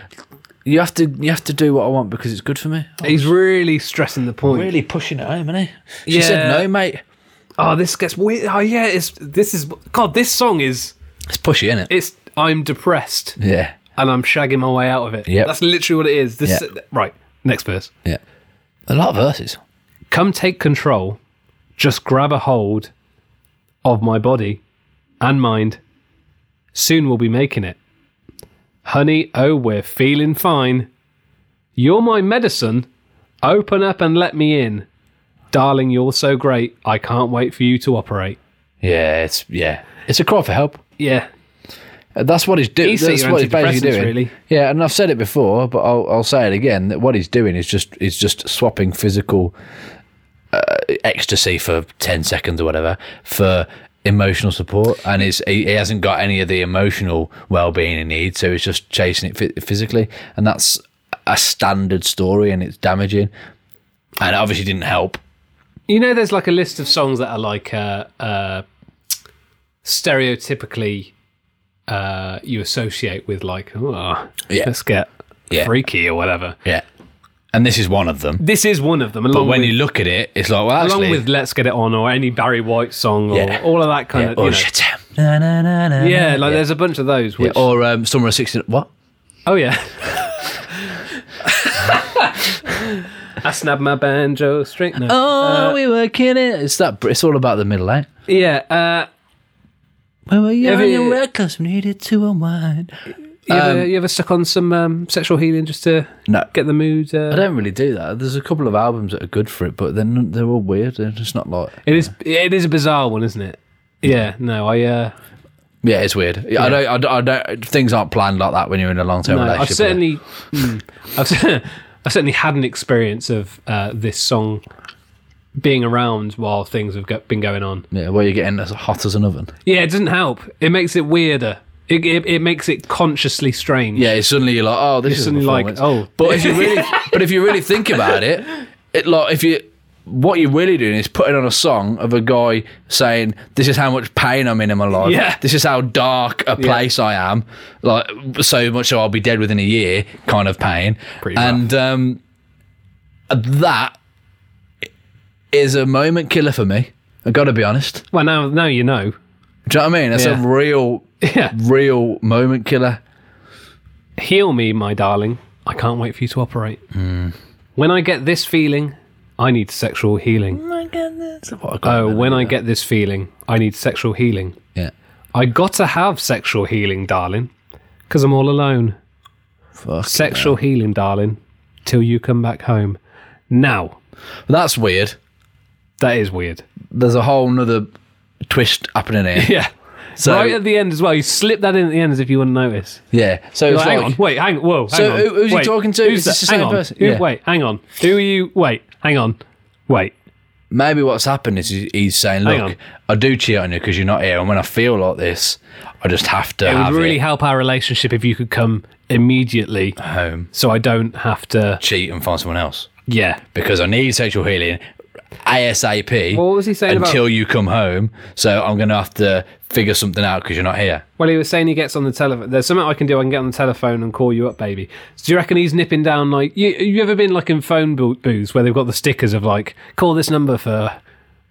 A: you have to you have to do what I want because it's good for me. I'm
B: he's really stressing the point.
A: really pushing it home, isn't he? She said
B: Yeah.
A: no, mate.
B: Oh, this gets weird. Oh yeah, it's this is God. This song is
A: It's pushy, isn't it?
B: it's. I'm depressed
A: Yeah,
B: and I'm shagging my way out of it.
A: Yep.
B: that's literally what it is. This
A: Yep.
B: right. Next verse.
A: yeah. A lot of verses.
B: Come take control. Just grab a hold of my body and mind. Soon we'll be making it. Honey, oh, we're feeling fine. You're my medicine. Open up and let me in. Darling, you're so great. I can't wait for you to operate.
A: Yeah, it's yeah, it's a cry for help.
B: Yeah.
A: That's what he's doing.
B: He's
A: That's
B: your
A: what he's basically
B: antidepressants,
A: doing.
B: really.
A: Yeah, and I've said it before, but I'll, I'll say it again. That what he's doing is just is just swapping physical uh, ecstasy for ten seconds or whatever for emotional support, and it's, he, he hasn't got any of the emotional well being he needs, so he's just chasing it phy- physically, and that's a standard story, and it's damaging, and it obviously didn't help.
B: You know, there's like a list of songs that are like uh, uh, stereotypically uh, you associate with like, oh,
A: Yeah.
B: let's get
A: Yeah.
B: freaky or whatever.
A: Yeah, and this is one of them.
B: This is one of them. Along
A: But when
B: with,
A: you look at it, it's like well, actually,
B: along with "Let's Get It On" or any Barry White song or
A: Yeah.
B: all of that kind
A: yeah,
B: of.
A: oh
B: you know.
A: shit, na, na, na, na,
B: Yeah,
A: na.
B: like there's a bunch of those. Which,
A: Yeah, or um, Summer of 16. What?
B: oh yeah. I snap my banjo string. No.
A: Oh, we were kidding. It's that. It's all about the middle, eh?
B: Yeah, uh,
A: We were young
B: Every-
A: and reckless, we needed to unwind.
B: you, ever, you ever stuck on some um, sexual healing just to
A: No,
B: get the mood? Uh,
A: I don't really do that. There's a couple of albums that are good for it, but then they're all weird. They're just not like.
B: It is. It is a bizarre one, isn't it? Yeah. No, I. Uh,
A: Yeah, it's weird. Yeah, I don't. I don't. I don't things aren't planned like that when you're in a long-term
B: no, I've
A: relationship.
B: certainly. Mm, I've, cer- I've certainly had an experience of uh, this song being around while things have go- been going on.
A: Yeah, where you're getting as hot as an oven.
B: Yeah, it doesn't help. It makes it weirder. It it, it makes it consciously strange.
A: Yeah, it's suddenly you're like, oh, this is
B: suddenly
A: a
B: like,
A: performance.
B: oh.
A: but if you really, but if you really think about it, it like if you, what you're really doing is putting on a song of a guy saying, "This is how much pain I'm in in my life.
B: Yeah.
A: This is how dark a place I am. Like so much so I'll be dead within a year, kind of pain.
B: Pretty rough.
A: and um, that is a moment killer for me. I got to be honest.
B: Well, now now you know.
A: Do you know what I mean? It's
B: Yeah.
A: a real,
B: Yeah.
A: real moment killer.
B: Heal me, my darling. I can't wait for you to operate.
A: Hmm.
B: When I get this feeling, I need sexual healing.
A: What a
B: Oh, when I get this feeling, I need sexual healing.
A: yeah.
B: I gotta have sexual healing, darling, because I'm all alone.
A: Fuck.
B: Sexual healing, darling, till you come back home. Now,
A: That's weird.
B: that is weird.
A: There's a whole nother twist happening here.
B: Yeah.
A: So
B: right at the end as well. You slip that in at the end as if you wouldn't notice.
A: yeah. So it's
B: Like, hang
A: like,
B: on. Wait, hang Whoa. Hang
A: So
B: on.
A: who- who's he
B: wait,
A: talking to?
B: Who's
A: Is this
B: that?
A: the
B: hang
A: same
B: on.
A: person?
B: Who-
A: Yeah.
B: Wait, hang on. Who are you? Wait, hang on. Wait.
A: maybe what's happened is he- he's saying,
B: Hang
A: "Look,
B: on.
A: I do cheat on you because you're not here, and when I feel like this, I just have to
B: It
A: have
B: would really
A: it
B: help our relationship if you could come immediately
A: home,
B: so I don't have to.
A: cheat, and find someone else
B: Yeah.
A: because I need sexual healing ASAP."
B: What was he saying about-
A: Until you come home, so I'm going to have to figure something out because you're not here.
B: Well, he was saying he gets on the telephone. There's something I can do. I can get on the telephone and call you up, baby. So do you reckon he's nipping down like you? You ever been like in phone boo- booths where they've got the stickers of like call this number for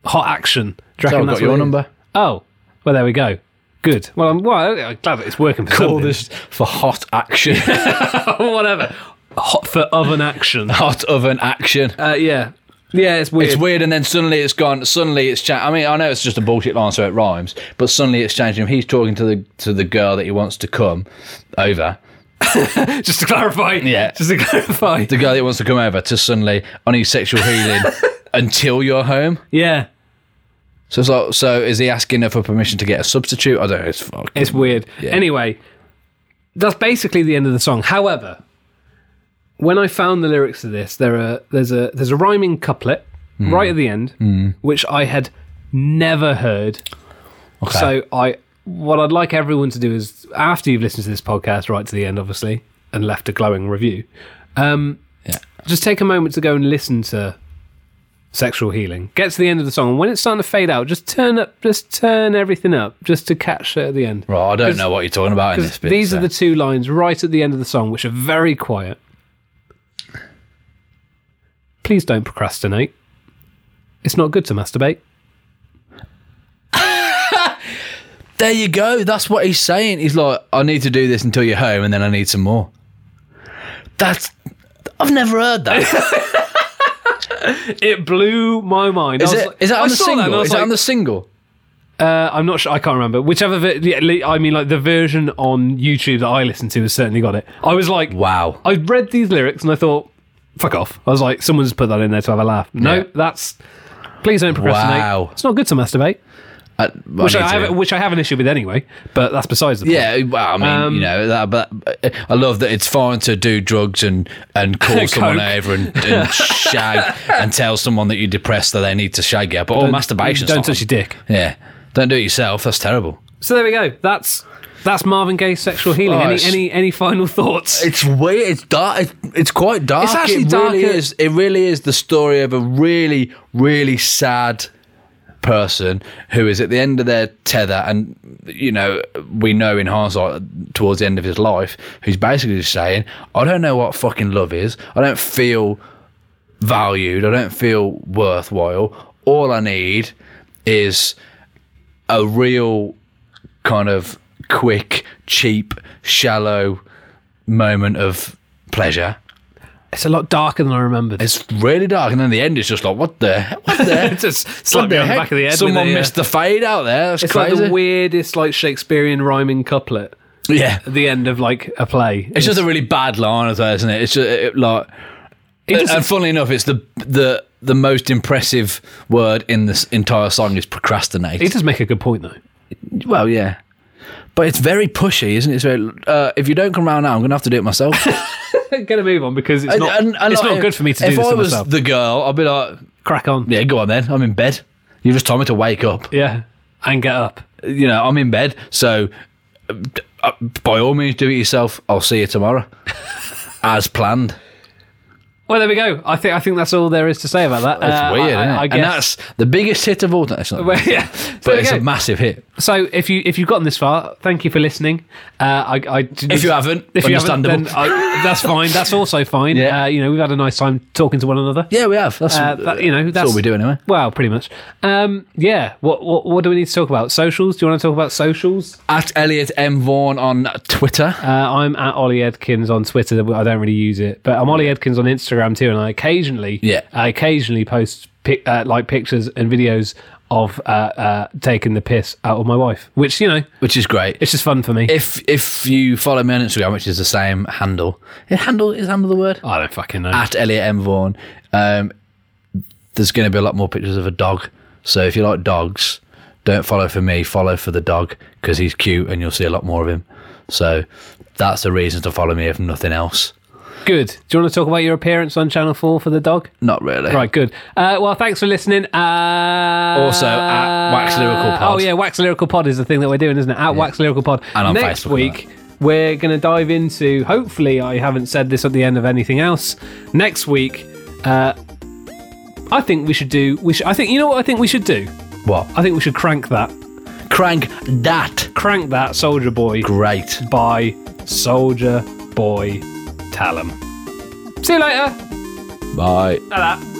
B: hot action? Do you
A: So
B: reckon
A: I've
B: that's
A: got your
B: what it is?
A: number.
B: Oh, well there we go. Good. Well, I'm, well, I'm glad that it's working for
A: Call
B: something. Oh,
A: this for hot action,
B: whatever. Hot for oven action.
A: hot oven action.
B: Uh, yeah, yeah. It's weird.
A: It's weird, and then suddenly it's gone. Suddenly it's changed. I mean, I know it's just a bullshit line, so it rhymes. But suddenly it's changed him. He's talking to the to the girl that he wants to come over.
B: just to clarify.
A: Yeah.
B: Just to clarify.
A: The girl that he wants to come over to suddenly on his sexual healing until you're home.
B: Yeah.
A: So it's like, so is he asking her for permission to get a substitute? I don't know. It's fuck.
B: It's weird. Anyway, that's basically the end of the song. However, when I found the lyrics to this, there are there's a there's a rhyming couplet right at the end, which I had never heard. So I what I'd like everyone to do is after you've listened to this podcast right to the end, obviously, and left a glowing review, um,
A: Yeah.
B: just take a moment to go and listen to sexual healing. Get to the end of the song, and when it's starting to fade out, just turn up, just turn everything up, just to catch it at the end.
A: right, I don't know what you're talking about in this bit.
B: These
A: so.
B: are the two lines right at the end of the song, which are very quiet. Please don't procrastinate. It's not good to masturbate.
A: There you go. That's what he's saying. He's like, I need to do this until you're home, and then I need some more. That's. I've never heard that.
B: It blew my mind.
A: Is
B: I was
A: it?
B: like-
A: Is that
B: I
A: on the
B: saw that and I
A: single?
B: was
A: Is that
B: like,
A: on the single?
B: Uh, I'm not sure. I can't remember. Whichever, ver- yeah, le- I mean, like the version on YouTube that I listened to has certainly got it. I was like,
A: Wow.
B: I read these lyrics and I thought, fuck off. I was like, someone's put that in there to have a laugh. No,
A: Yeah.
B: that's. Please don't procrastinate.
A: Wow.
B: It's not good to masturbate,
A: I, I
B: which
A: need
B: I,
A: to-
B: have, which I have an issue with anyway. But that's besides the point.
A: Yeah, well, I mean,
B: Um,
A: you know, that, but uh, I love that it's fine to do drugs and and call someone
B: Coke.
A: over and, and shag and tell someone that you're depressed that they need to shag you, but all masturbation.
B: Don't touch your dick.
A: Yeah, don't do it yourself. That's terrible.
B: So there we go. That's that's Marvin Gaye's sexual healing.
A: Oh,
B: any
A: it's-
B: any any final thoughts?
A: It's weird. It's dark. It's, it's quite dark.
B: It's actually
A: it really
B: darker-
A: is. It really is the story of a really, really sad person who is at the end of their tether, and you know, we know in hindsight, towards the end of his life, who's basically just saying, "I don't know what fucking love is. I don't feel valued. I don't feel worthwhile. All I need is a real kind of quick, cheap, shallow." moment of pleasure.
B: It's a lot darker than I remembered.
A: It's really dark, and then the end is just like, what the, what the, what
B: just slap you
A: the
B: on the
A: heck?
B: back of the head. with
A: Someone
B: a, uh,
A: missed the fade out there. That's
B: It's
A: crazy.
B: like the weirdest, like Shakespearean rhyming couplet
A: yeah,
B: at the end of like a play.
A: it's just a really bad line as well, isn't it? It's just it, like,
B: It just-
A: and funnily enough, it's the the the most impressive word in this entire song is procrastinate.
B: It does make a good point though.
A: well, yeah. But it's very pushy, isn't it? It's very, uh, if you don't come round now, I'm going to have to do it myself.
B: Gonna move on because it's not. it's
A: like,
B: not good for me to do
A: If
B: this
A: I
B: to
A: was
B: myself.
A: the girl, I'd be like,
B: Crack on.
A: yeah, go on then. I'm in bed. You just told me to wake up.
B: Yeah. And get up.
A: you know, I'm in bed, so uh, d- uh, by all means, do it yourself. I'll see you tomorrow, as planned.
B: Well, there we go. I think I think that's all there is to say about that.
A: It's
B: Uh,
A: weird,
B: I,
A: isn't it?
B: I, I guess.
A: And that's the biggest hit of all time. It's not,
B: Well, yeah. So,
A: but
B: there we
A: it's
B: go.
A: a massive hit.
B: so if you if you've gotten this far, thank you for listening. Uh, I, I
A: If you haven't,
B: if you haven't,
A: understandable.
B: then I, that's fine. That's also fine.
A: Yeah.
B: Uh, you know, we've had a nice time talking to one another.
A: yeah, we have. That's
B: Uh, that, you know, that's,
A: all we do anyway.
B: Well, pretty much. Um, yeah. What, what what do we need to talk about? Socials? Do you want to talk about socials?
A: At Elliot M Vaughan on Twitter.
B: Uh, I'm at Ollie Edkins on Twitter. I don't really use it, but I'm Ollie Edkins on Instagram too, and I occasionally,
A: Yeah.
B: I occasionally post pic, uh, like pictures and videos of uh, uh, taking the piss out of my wife, which you know,
A: which is great.
B: it's just fun for me.
A: If if you follow me on Instagram, which is the same handle, is handle is handle the word
B: I don't fucking know.
A: at Elliot M Vaughan. Um, there's going to be a lot more pictures of a dog. So if you like dogs, don't follow for me. Follow for the dog because he's cute and you'll see a lot more of him. So that's a reason to follow me if nothing else.
B: Good. Do you want to talk about your appearance on Channel Four for the dog?
A: Not really.
B: Right, good. Uh, well, thanks for listening. Uh,
A: Also, at Wax Lyrical Pod.
B: Oh, yeah, Wax Lyrical Pod is the thing that we're doing, isn't it? At Wax Lyrical Pod.
A: And on
B: Next
A: Facebook and
B: week, we're going to dive into, hopefully, I haven't said this at the end of anything else. Next week, uh, I think we should do, we should, I think, you know what I think we should do?
A: What?
B: I think we should crank that.
A: Crank that.
B: Crank that Soldier Boy
A: Great.
B: by Soldier Boy Talum. See you later.
A: Bye.
B: Ta-da.